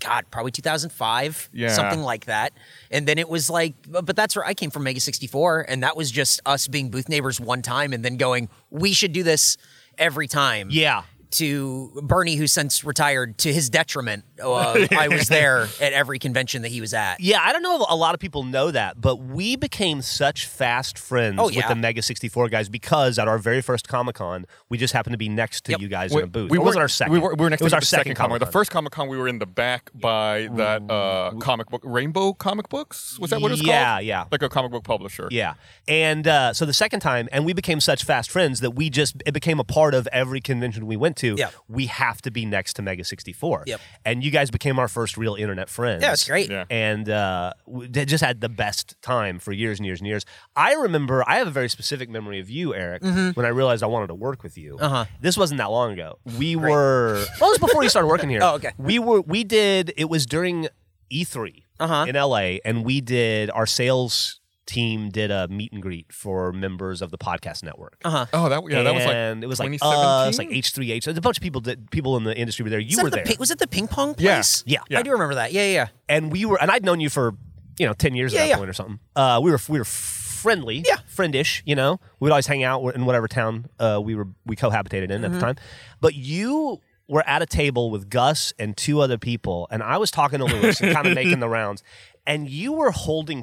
Speaker 3: God, probably 2005,
Speaker 2: Yeah.
Speaker 3: something like that. And then it was like, but but that's where I came from, Mega 64, and that was just us being booth neighbors one time, and then going, we should do this every time.
Speaker 4: Yeah.
Speaker 3: to Bernie, who since retired, to his detriment. Uh, I was there at every convention that he was at.
Speaker 4: Yeah, I don't know if a lot of people know that, but we became such fast friends
Speaker 3: Oh,
Speaker 4: with
Speaker 3: yeah.
Speaker 4: the Mega 64 guys because at our very first Comic Con, we just happened to be next to
Speaker 3: Yep.
Speaker 4: you guys in a booth. it
Speaker 2: weren't-
Speaker 4: wasn't our second.
Speaker 2: We were, we were next
Speaker 4: it was
Speaker 2: to
Speaker 4: our
Speaker 2: the
Speaker 4: second
Speaker 2: Comic
Speaker 4: Comic
Speaker 2: Con. The first Comic Con, we were in the back by that uh, comic book, Rainbow Comic Books. Was that what it's called?
Speaker 4: Yeah, yeah.
Speaker 2: Like a comic book publisher.
Speaker 4: Yeah. And uh, so the second time, and we became such fast friends that we just, it became a part of every convention we went to.
Speaker 3: Yep.
Speaker 4: We have to be next to Mega 64.
Speaker 3: Yep.
Speaker 4: And you guys became our first real internet friends.
Speaker 3: Yeah, it's great.
Speaker 2: Yeah.
Speaker 4: And uh, we they just had the best time for years and years and years. I remember, I have a very specific memory of you, Eric,
Speaker 3: Mm-hmm.
Speaker 4: when I realized I wanted to work with you. Uh-huh. This wasn't that long ago. We were, well, it was before you started working here.
Speaker 3: Oh, okay.
Speaker 4: We were, we did, it was during E3
Speaker 3: Uh-huh.
Speaker 4: in LA, and we did, our sales team did a meet and greet for members of the podcast network. Uh-huh.
Speaker 2: Oh, that yeah,
Speaker 4: and
Speaker 2: that was like
Speaker 4: it was like
Speaker 2: 2017?
Speaker 4: us, like H3H. There's a bunch of people that people in the industry were there. You
Speaker 3: Is that
Speaker 4: were
Speaker 3: the
Speaker 4: there.
Speaker 3: pi- was it the ping pong
Speaker 2: Yeah.
Speaker 3: place?
Speaker 4: Yeah.
Speaker 2: Yeah.
Speaker 3: I do remember that. Yeah, yeah, yeah.
Speaker 4: and we were and I'd known you for you know ten years at
Speaker 3: Yeah,
Speaker 4: that
Speaker 3: yeah.
Speaker 4: point or something. Uh, we were we were friendly,
Speaker 3: Yeah.
Speaker 4: friendish. You know, we'd always hang out in whatever town uh, we were we cohabitated in at
Speaker 3: Mm-hmm.
Speaker 4: the time. But you were at a table with Gus and two other people, and I was talking to Lewis and kind of making the rounds. And you were holding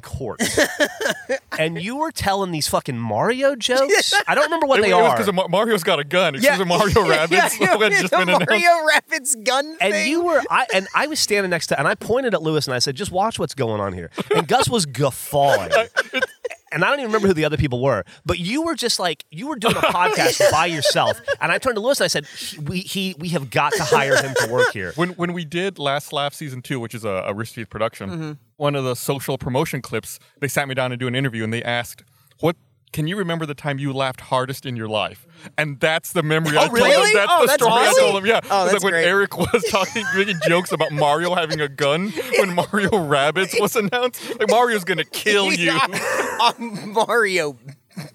Speaker 4: court, and you were telling these fucking Mario jokes. I don't remember what
Speaker 2: it,
Speaker 4: they
Speaker 2: it
Speaker 4: are.
Speaker 2: was because Mario's got a gun. Excuse me, Mario Rabbits.
Speaker 3: yeah,
Speaker 2: had just been
Speaker 3: the
Speaker 2: announced.
Speaker 3: Mario Rabbits gun
Speaker 4: and
Speaker 3: thing.
Speaker 4: you were I and I was standing next to and I pointed at Lewis and I said, just watch what's going on here. And Gus was guffawing. And I don't even remember who the other people were, but you were just like you were doing a podcast by yourself. And I turned to Lewis and I said, "He- "We he we have got to hire him to work here."
Speaker 2: When when we did Last Laugh season two, which is a, a Rooster Teeth production,
Speaker 3: Mm-hmm.
Speaker 2: one of the social promotion clips, they sat me down to do an interview and they asked, "What can you remember the time you laughed hardest in your life?" And that's the memory I told
Speaker 3: really?
Speaker 2: them. That's
Speaker 3: Oh,
Speaker 2: the
Speaker 3: that's
Speaker 2: story
Speaker 3: awesome.
Speaker 2: I told them. Yeah,
Speaker 3: Oh,
Speaker 2: It was
Speaker 3: that's
Speaker 2: like when
Speaker 3: great.
Speaker 2: Eric was talking, making jokes about Mario having a gun when Mario Rabbits was announced. Like Mario's gonna kill you.
Speaker 3: I'm Mario.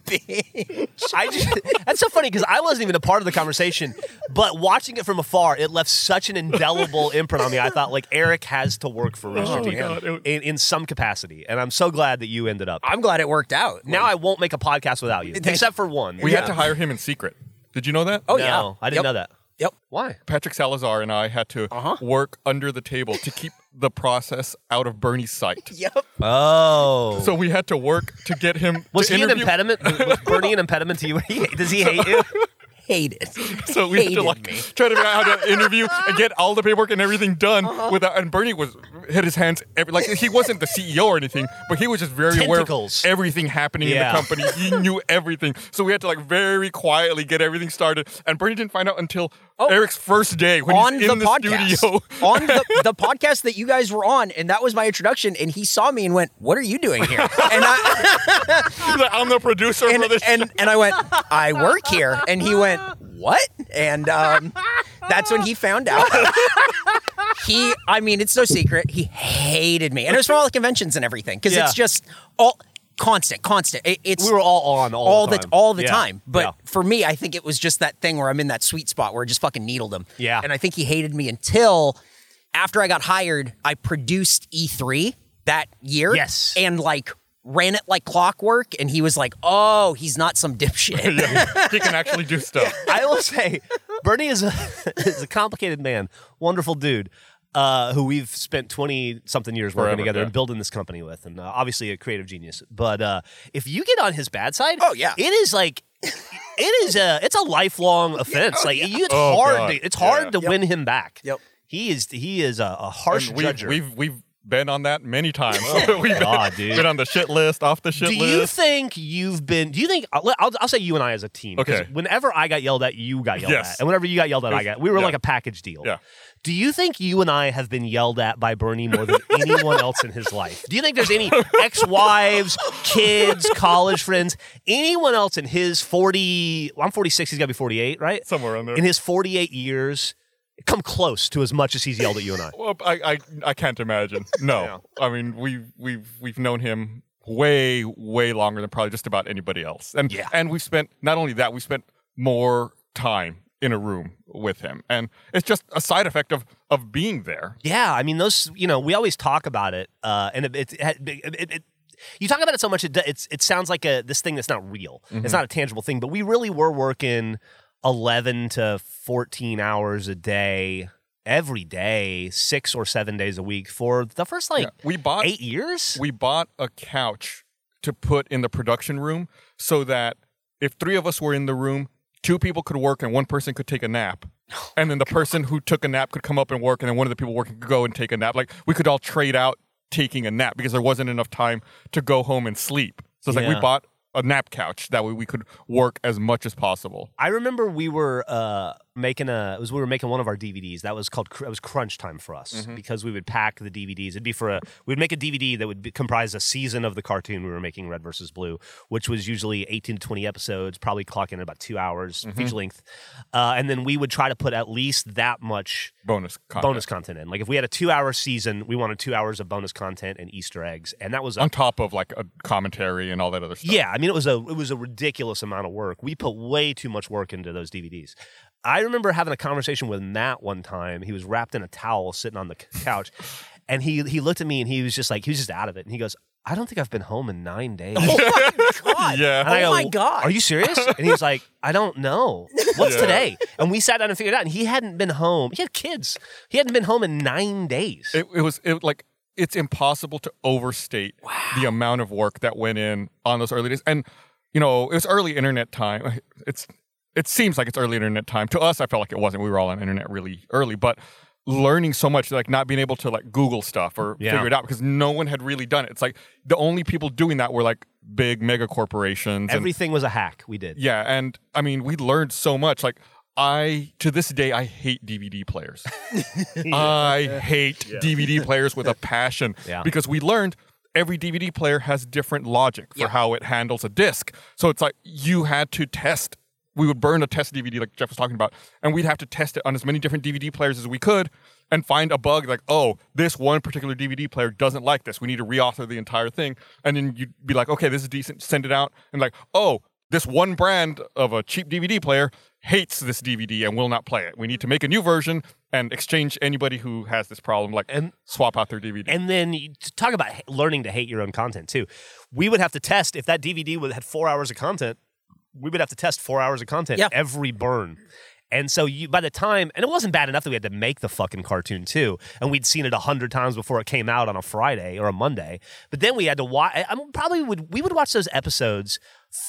Speaker 3: bitch.
Speaker 4: I just that's so funny because I wasn't even a part of the conversation, but watching it from afar, it left such an indelible imprint on me. I thought like Eric has to work for Rooster
Speaker 2: Oh,
Speaker 4: Teeth
Speaker 2: God. It-
Speaker 4: in, in some capacity, and I'm so glad that you ended up.
Speaker 3: I'm glad it worked out.
Speaker 4: Now I won't make a podcast without you, except for one.
Speaker 2: We had to hire him in secret. Did you know that?
Speaker 3: oh
Speaker 4: No,
Speaker 3: yeah,
Speaker 4: I didn't
Speaker 3: Yep.
Speaker 4: know that.
Speaker 3: Yep.
Speaker 4: Why?
Speaker 2: Patrick Salazar and I had to
Speaker 3: Uh-huh.
Speaker 2: work under the table to keep the process out of Bernie's sight.
Speaker 3: Yep.
Speaker 4: Oh.
Speaker 2: So we had to work to get him.
Speaker 4: was
Speaker 2: to
Speaker 4: he an
Speaker 2: interview-
Speaker 4: impediment? Was- Was Bernie an impediment to you? He- Does he hate you?
Speaker 3: Hate it.
Speaker 2: So we had to
Speaker 3: Hated
Speaker 2: like
Speaker 3: me.
Speaker 2: try to figure out how to interview and get all the paperwork and everything done
Speaker 3: Uh-huh.
Speaker 2: without. And Bernie was had his hands every, like he wasn't the CEO or anything, but he was just very
Speaker 4: Tentacles.
Speaker 2: aware of everything happening
Speaker 4: Yeah.
Speaker 2: in the company. He knew everything. So we had to like very quietly get everything started. And Bernie didn't find out until
Speaker 3: Oh.
Speaker 2: Eric's first day when
Speaker 3: on
Speaker 2: he's
Speaker 3: the,
Speaker 2: in the,
Speaker 3: podcast,
Speaker 2: studio.
Speaker 3: on the, the podcast that you guys were on, and that was my introduction. And he saw me and went, "What are you doing here?" And I
Speaker 2: He's like, I'm the producer
Speaker 3: and
Speaker 2: for this.
Speaker 3: and, and I went, "I work here," and he went, "What?" And um, that's when he found out. he, I mean, it's no secret, he hated me, and it was from all the conventions and everything because
Speaker 4: Yeah.
Speaker 3: it's just all constant, constant. It, it's
Speaker 4: We were all on all,
Speaker 3: all
Speaker 4: the
Speaker 3: the
Speaker 4: time.
Speaker 3: all the
Speaker 4: Yeah.
Speaker 3: time. But
Speaker 4: Yeah.
Speaker 3: for me, I think it was just that thing where I'm in that sweet spot where I just fucking needled him.
Speaker 4: Yeah.
Speaker 3: And I think he hated me until after I got hired, I produced E3 that year.
Speaker 4: Yes.
Speaker 3: And like ran it like clockwork and he was like, "Oh, he's not some dipshit."
Speaker 2: he can actually do stuff.
Speaker 4: I will say, Bernie is a, is a complicated man, wonderful dude, uh, who we've spent 20 something years working
Speaker 2: Forever,
Speaker 4: together
Speaker 2: yeah.
Speaker 4: and building this company with, and uh, obviously a creative genius. But uh, if you get on his bad side,
Speaker 3: Oh, yeah.
Speaker 4: it is like. It is a it's a lifelong offense. Like you, it's
Speaker 2: Oh,
Speaker 4: hard.
Speaker 2: God.
Speaker 4: To, it's hard
Speaker 2: Yeah.
Speaker 4: to win him back.
Speaker 3: Yep.
Speaker 4: He is he is a, a harsh
Speaker 2: And we've,
Speaker 4: judger.
Speaker 2: we've we've been on that many times. we've
Speaker 4: God,
Speaker 2: been,
Speaker 4: dude.
Speaker 2: been on the shit list, off the shit
Speaker 4: do you
Speaker 2: list.
Speaker 4: think you've been? Do you think I'll, I'll, I'll say you and I as a team? 'cause
Speaker 2: Okay.
Speaker 4: Whenever I got yelled at, you got yelled
Speaker 2: Yes.
Speaker 4: at, and whenever you got yelled at, I got. We were
Speaker 2: yeah.
Speaker 4: like a package deal.
Speaker 2: Yeah.
Speaker 4: Do you think you and I have been yelled at by Bernie more than anyone else in his life? Do you think there's any ex-wives, kids, college friends, anyone else in his forty? Well, I'm 46. He's got to be 48, right?
Speaker 2: Somewhere on there.
Speaker 4: In his 48 years, come close to as much as he's yelled at you and I.
Speaker 2: well, I, I I can't imagine. No, I mean we we've we've known him way way longer than probably just about anybody else. And
Speaker 4: Yeah.
Speaker 2: and we've spent not only that we spent more time in a room with him, and it's just a side effect of of being there.
Speaker 4: Yeah, I mean those. You know, we always talk about it, uh, and it, it, it, it, it- you talk about
Speaker 2: Mm-hmm.
Speaker 4: it so much. It do- it's it sounds like a this thing that's not real. It's not a tangible thing, but we really were working 11 to 14 hours a day every day, six or seven days a week for the first like
Speaker 2: Yeah, we bought
Speaker 4: eight years.
Speaker 2: we bought a couch to put in the production room so that if three of us were in the room, two people could work and one person could take a nap. And then the person who took a nap could come up and work, and then one of the people working could go and take a nap. Like we could all trade out taking a nap because there wasn't enough time to go home and sleep. So it's like
Speaker 4: Yeah.
Speaker 2: we bought a nap couch that way we could work as much as possible.
Speaker 4: I remember we were uh, making a it was we were making one of our DVDs that was called cr- it was crunch time for us because we would pack the DVDs. It'd be for a we'd make a DVD that would be, comprise a season of the cartoon we were making, Red versus Blue, which was usually eighteen to twenty episodes, probably clocking in about two hours feature length, uh, and then we would try to put at least that much
Speaker 2: Bonus content.
Speaker 4: bonus content in. Like if we had a two hour season, we wanted two hours of bonus content and Easter eggs, and that was a
Speaker 2: on top of like a commentary and all that other stuff.
Speaker 4: yeah, I mean it was a it was a ridiculous amount of work. We put way too much work into those DVDs. I remember having a conversation with Matt one time. He was wrapped in a towel sitting on the c- couch and he he looked at me and he was just like he was just out of it and he goes, "I don't think I've been home in 9 days."
Speaker 3: God.
Speaker 2: Yeah.
Speaker 4: And I
Speaker 3: Oh
Speaker 4: go,
Speaker 3: my God.
Speaker 4: Are you serious? And he was like, I don't know. What's
Speaker 2: Yeah.
Speaker 4: today? And we sat down and figured it out. And he hadn't been home. He had kids. He hadn't been home in nine days.
Speaker 2: it, it was it like it's impossible to overstate the amount of work that went in on those early days and you know it was early internet time it's it seems like it's early internet time to us i felt like it wasn't we were all on internet really early but learning so much like not being able to like google stuff or
Speaker 4: Yeah.
Speaker 2: figure it out because no one had really done it it's like the only people doing that were like big mega corporations and
Speaker 4: Everything was a hack. We did.
Speaker 2: yeah, and I mean, we learned so much. Like, I to this day I hate DVD players. I hate DVD players with a passion
Speaker 4: Yeah.
Speaker 2: because we learned every DVD player has different logic for how it handles a disc. So it's like you had to test. We would burn a test DVD like Jeff was talking about, and we'd have to test it on as many different DVD players as we could and find a bug like, oh, this one particular DVD player doesn't like this. We need to reauthor the entire thing. And then you'd be like, okay, this is decent, send it out. And like, oh, this one brand of a cheap DVD player hates this DVD and will not play it. We need to make a new version and exchange anybody who has this problem, like
Speaker 4: And-
Speaker 2: swap out their DVD.
Speaker 4: And then you, to talk about h- learning to hate your own content too. We would have to test if that DVD would, had four hours of content. We would have to test four hours of content
Speaker 3: Yeah.
Speaker 4: every burn. And so you, by the time, and it wasn't bad enough that we had to make the fucking cartoon too, and we'd seen it a hundred times before it came out on a Friday or a Monday. But then we had to watch. I I'm probably would we would watch those episodes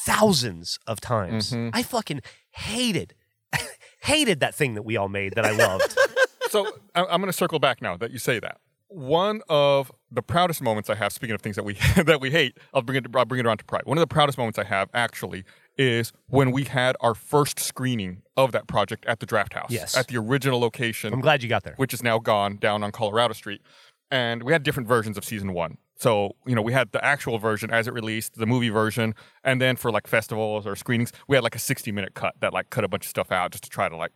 Speaker 4: thousands of times. I fucking hated, hated that thing that we all made that I loved.
Speaker 2: so I- I'm going to circle back now that you say that. One of the proudest moments I have, speaking of things that we that we hate, I'll bring it I'll bring it around to pride. One of the proudest moments I have actually is when we had our first screening of that project at the Draft House,
Speaker 4: Yes.
Speaker 2: at the original location.
Speaker 4: I'm glad you got there.
Speaker 2: which is now gone down on Colorado Street. And we had different versions of season one. So, you know, we had the actual version as it released, the movie version, and then for like festivals or screenings, we had like a 60 minute cut that like cut a bunch of stuff out just to try to like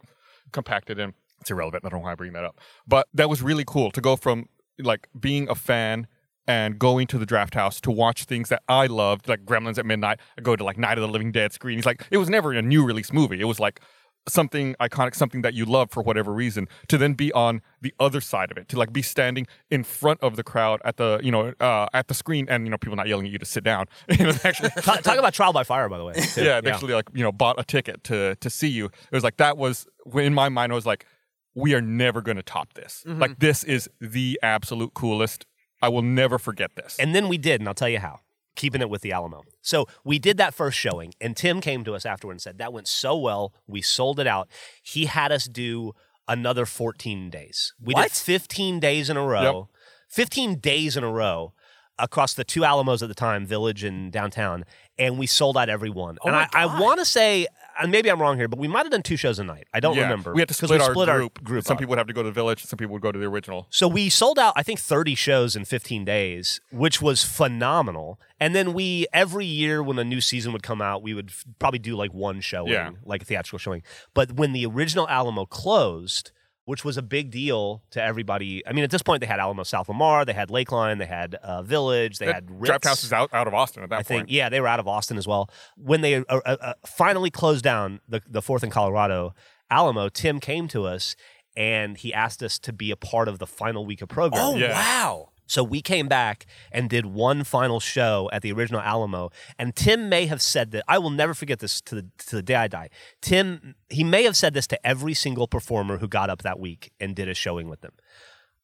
Speaker 2: compact it in. It's irrelevant. I don't know why I bring that up. But that was really cool to go from like being a fan and going to the draft house to watch things that I loved, like Gremlins at Midnight. I go to like Night of the Living Dead screenings. Like it was never a new release movie. It was like something iconic, something that you love for whatever reason, to then be on the other side of it, to like be standing in front of the crowd at the you know uh, at the screen, and you know people not yelling at you to sit down. You know, actually,
Speaker 4: talk, talk about trial by fire, by the way. too.
Speaker 2: yeah, they actually like you know bought a ticket to to see you. It was like that was in my mind. I was like, we are never going to top this. Like this is the absolute coolest. I will never forget this.
Speaker 4: And then we did, and I'll tell you how. Keeping it with the Alamo. So we did that first showing, and Tim came to us afterward and said, That went so well. We sold it out. He had us do another 14 days. We
Speaker 3: What?
Speaker 4: did 15 days in a row. 15 days in a row across the two Alamos at the time, Village and downtown, and we sold out every one.
Speaker 2: Oh
Speaker 4: and
Speaker 3: my
Speaker 4: I, I
Speaker 3: God.
Speaker 4: want to say, and maybe I'm wrong here, but we might have done two shows a night. I don't
Speaker 2: Yeah,
Speaker 4: remember.
Speaker 2: We had to
Speaker 4: 'cause
Speaker 2: split,
Speaker 4: we
Speaker 2: our group.
Speaker 4: group
Speaker 2: some
Speaker 4: up.
Speaker 2: people would have to go to the village. Some people would go to the original.
Speaker 4: So we sold out, I think, 30 shows in 15 days, which was phenomenal. And then we, every year when a new season would come out, we would f- probably do like one showing,
Speaker 2: Yeah.
Speaker 4: like a theatrical showing. But when the original Alamo closed, which was a big deal to everybody. I mean, at this point, they had Alamo South Lamar, they had Lakeline, they had uh, Village, they
Speaker 2: That
Speaker 4: had Ritz.
Speaker 2: draft house is out, out of Austin at that
Speaker 4: I think
Speaker 2: point.
Speaker 4: yeah, they were out of Austin as well. When they uh, uh, uh, finally closed down the the fourth in Colorado, Alamo, Tim came to us and he asked us to be a part of the final week of programming.
Speaker 3: Oh
Speaker 2: Yeah.
Speaker 3: wow.
Speaker 4: So we came back and did one final show at the original Alamo, and Tim may have said that I will never forget this to the to the day I die. Tim he may have said this to every single performer who got up that week and did a showing with them.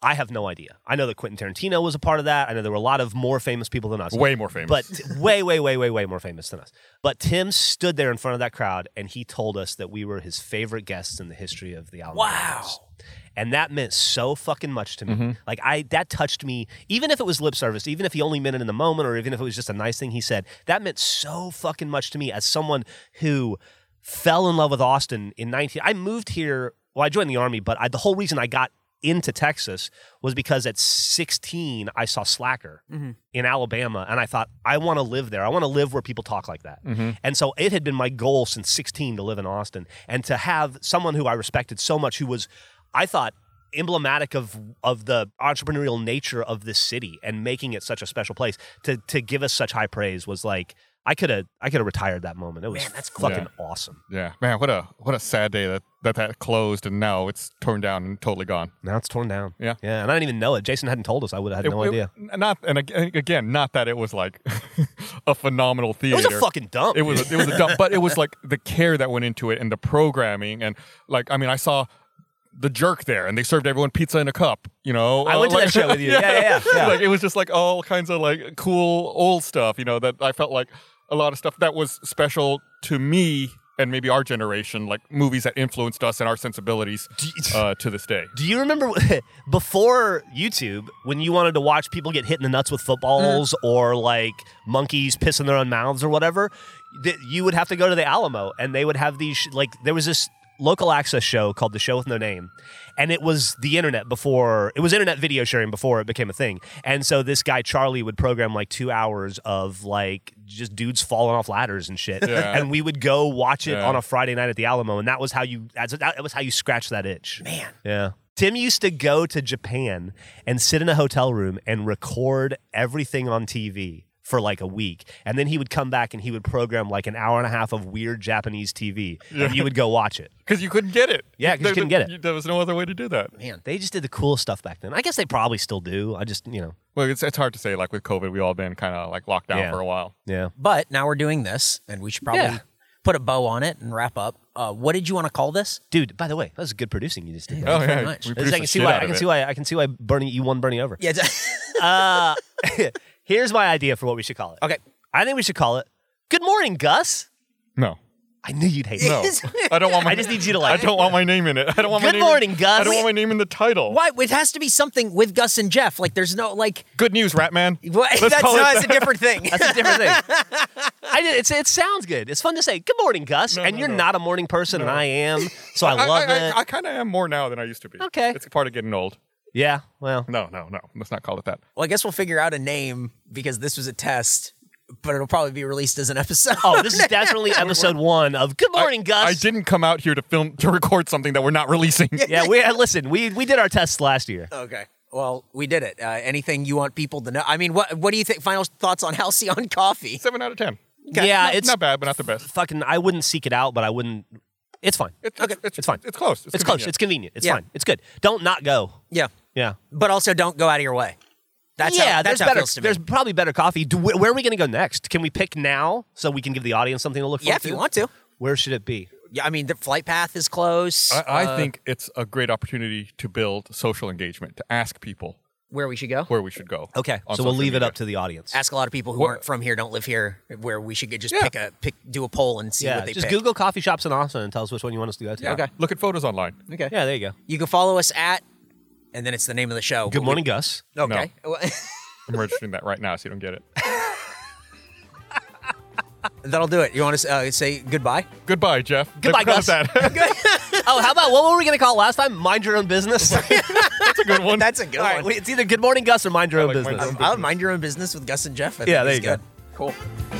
Speaker 4: I have no idea. I know that Quentin Tarantino was a part of that. I know there were a lot of more famous people than us.
Speaker 2: Way more famous.
Speaker 4: But way, way, way, way, way more famous than us. But Tim stood there in front of that crowd and he told us that we were his favorite guests in the history of the Alamo. Wow. And that meant so fucking much to me.
Speaker 2: Mm-hmm.
Speaker 4: Like I that touched me, even if it was lip service, even if he only meant it in the moment, or even if it was just a nice thing he said, that meant so fucking much to me as someone who fell in love with Austin in 19 I moved here well I joined the army but I, the whole reason I got into Texas was because at 16 I saw Slacker in Alabama and I thought I want to live there I want to live where people talk like that
Speaker 2: Mm-hmm.
Speaker 4: and so it had been my goal since 16 to live in Austin and to have someone who I respected so much who was I thought emblematic of of the entrepreneurial nature of this city and making it such a special place to to give us such high praise was like I could have I could have retired that moment. It was that's fucking awesome.
Speaker 2: Yeah, man, what a what a sad day that that that closed and now it's torn down and totally gone.
Speaker 4: Now it's torn down.
Speaker 2: Yeah.
Speaker 4: yeah, and I didn't even know it. Jason hadn't told us. I would have had
Speaker 2: It-
Speaker 4: no
Speaker 2: it-
Speaker 4: idea.
Speaker 2: n- Not and ag- again, not that it was like a phenomenal
Speaker 4: It
Speaker 2: theater.
Speaker 4: was a fucking dump.
Speaker 2: It was it was a dump, but it was like the care that went into it and the programming and like I mean I saw the jerk there and they served everyone pizza in a cup. You know,
Speaker 4: I went to
Speaker 2: like,
Speaker 4: that show with you. Yeah, yeah, yeah, yeah.
Speaker 2: Like it was just like all kinds of like cool old stuff. You know that I felt like a lot of stuff that was special to me and maybe our generation, like movies that influenced us and our sensibilities uh, to this day.
Speaker 4: Do you remember before YouTube when you wanted to watch people get hit in the nuts with footballs or like monkeys pissing their own mouths or whatever? That you would have to go to the Alamo and they would have these sh- like there was this local access show called The Show with No Name, and it was the internet before it was internet video sharing before it became a thing. And so this guy Charlie would program like two hours of like just dudes falling off ladders and shit,
Speaker 2: Yeah.
Speaker 4: and we would go watch it
Speaker 2: Yeah.
Speaker 4: on a Friday night at the Alamo, and that was how you that's- that was how you scratch that itch.
Speaker 3: Man.
Speaker 4: Yeah. Tim used to go to Japan and sit in a hotel room and record everything on TV for like a week. And then he would come back and he would program like an hour and a half of weird Japanese TV. And you would go watch it.
Speaker 2: Because you couldn't get it.
Speaker 4: Yeah, 'cause you
Speaker 2: There-
Speaker 4: couldn't get it.
Speaker 2: you- There was no other way to do that.
Speaker 4: Man, they just did the coolest stuff back then. I guess they probably still do. I just, you know.
Speaker 2: Well, it's, it's hard to say. Like with COVID, we all been kind of like locked down
Speaker 4: Yeah.
Speaker 2: for a while.
Speaker 4: Yeah.
Speaker 3: But now we're doing this, and we should probably
Speaker 4: Yeah.
Speaker 3: put a bow on it and wrap up. Uh, what did you want to call this?
Speaker 4: Dude, by the way, that was good producing you just did.
Speaker 2: Oh
Speaker 3: very
Speaker 2: yeah,
Speaker 3: much.
Speaker 2: we
Speaker 3: Is
Speaker 2: produced
Speaker 4: I can
Speaker 2: the
Speaker 4: see
Speaker 2: shit
Speaker 4: why
Speaker 2: out of
Speaker 4: I can
Speaker 2: it.
Speaker 4: see why I can see why Bernie you won Bernie over.
Speaker 3: Yeah.
Speaker 4: Uh, here's my idea for what we should call it.
Speaker 3: okay.
Speaker 4: I think we should call it Good Morning Gus.
Speaker 2: No,
Speaker 4: I knew you'd hate
Speaker 2: no,
Speaker 4: it.
Speaker 2: I don't want. My,
Speaker 4: I just need you to like
Speaker 2: I don't want my name in it. I don't want. my
Speaker 4: Good
Speaker 2: name
Speaker 4: morning,
Speaker 2: in,
Speaker 4: Gus.
Speaker 2: I don't want my name in the title.
Speaker 3: Why? It has to be something with Gus and Jeff. Like, there's no like.
Speaker 2: Good news, Ratman.
Speaker 3: What?
Speaker 2: Let's
Speaker 3: That's
Speaker 2: call it
Speaker 3: no, it's
Speaker 2: that.
Speaker 3: a different thing.
Speaker 4: That's a different thing. I did, it's, it sounds good. It's fun to say, good morning, Gus.
Speaker 2: No,
Speaker 4: and
Speaker 2: no,
Speaker 4: you're
Speaker 2: no.
Speaker 4: not a morning person, and I am. So I
Speaker 2: I,
Speaker 4: love
Speaker 2: I,
Speaker 4: it.
Speaker 2: I, kind of am more now than I used to be.
Speaker 4: Okay.
Speaker 2: it's part of getting old.
Speaker 4: yeah, well,
Speaker 2: No, no, no. Let's not call it that.
Speaker 3: Well, I guess we'll figure out a name because this was a test, but it'll probably be released as an episode.
Speaker 4: oh, this is definitely episode one of Good Morning,
Speaker 2: I,
Speaker 4: Gus.
Speaker 2: I didn't come out here to film to record something that we're not releasing.
Speaker 4: Yeah, we uh, listen. We we did our tests last year.
Speaker 3: Okay. Well, we did it. Uh, anything you want people to know? I mean, what what do you think? Final thoughts on Halcyon Coffee?
Speaker 2: Seven out of ten.
Speaker 4: Yeah,
Speaker 2: Not-
Speaker 4: it's
Speaker 2: not bad, but not the best.
Speaker 4: fucking. I wouldn't seek it out, but I wouldn't. It's fine.
Speaker 2: It's,
Speaker 4: It's,
Speaker 2: okay, it's,
Speaker 4: it's fine.
Speaker 2: It's close. It's,
Speaker 4: close.
Speaker 2: convenient.
Speaker 4: It's convenient. It's
Speaker 3: Yeah.
Speaker 4: fine. It's good. Don't not go.
Speaker 3: Yeah,
Speaker 4: Yeah.
Speaker 3: but also don't go out of your way. That's
Speaker 4: yeah,
Speaker 3: how,
Speaker 4: there's
Speaker 3: that's how it
Speaker 4: better.
Speaker 3: feels to me.
Speaker 4: There's probably better coffee. Do, where, where are we going to go next? Can we pick now so we can give the audience something to look
Speaker 3: Yeah,
Speaker 4: forward
Speaker 3: if
Speaker 4: to?
Speaker 3: you want to.
Speaker 4: Where should it be?
Speaker 3: Yeah, I mean, the flight path is close.
Speaker 4: Uh,
Speaker 2: I, I think it's a great opportunity to build social engagement, to ask people
Speaker 3: where we should go?
Speaker 2: where we should go.
Speaker 3: Okay.
Speaker 2: on
Speaker 4: so we'll
Speaker 2: social
Speaker 4: leave it
Speaker 2: media.
Speaker 4: up to the audience.
Speaker 3: Ask a lot of people who aren't from here, don't live here, where we should just pick a pick, do a poll and see
Speaker 4: yeah,
Speaker 3: what they
Speaker 4: just
Speaker 3: pick.
Speaker 4: Google coffee shops in Austin and tell us which one you want us to go to.
Speaker 2: Yeah. Look at photos online.
Speaker 3: Okay.
Speaker 4: Yeah, there you go.
Speaker 3: You can follow us at, and then it's the name of the show.
Speaker 4: Good morning, Gus.
Speaker 3: Okay.
Speaker 2: I'm registering that right now so you don't get it.
Speaker 3: That'll do it. You want to uh, say goodbye?
Speaker 2: Goodbye, Jeff.
Speaker 4: Goodbye,
Speaker 2: That-
Speaker 4: Gus.
Speaker 2: That.
Speaker 4: Oh, how about what were we going to call it last time? Mind your own business.
Speaker 2: That's a good one.
Speaker 3: That's a good
Speaker 4: All right,
Speaker 3: one.
Speaker 4: wait, it's either Good Morning Gus or Mind your own
Speaker 2: like Mind
Speaker 4: business.
Speaker 2: Your Own
Speaker 3: I would mind your own business with Gus and Jeff. I
Speaker 4: Yeah,
Speaker 3: think
Speaker 4: there
Speaker 3: it's
Speaker 4: you go.
Speaker 3: good. Cool.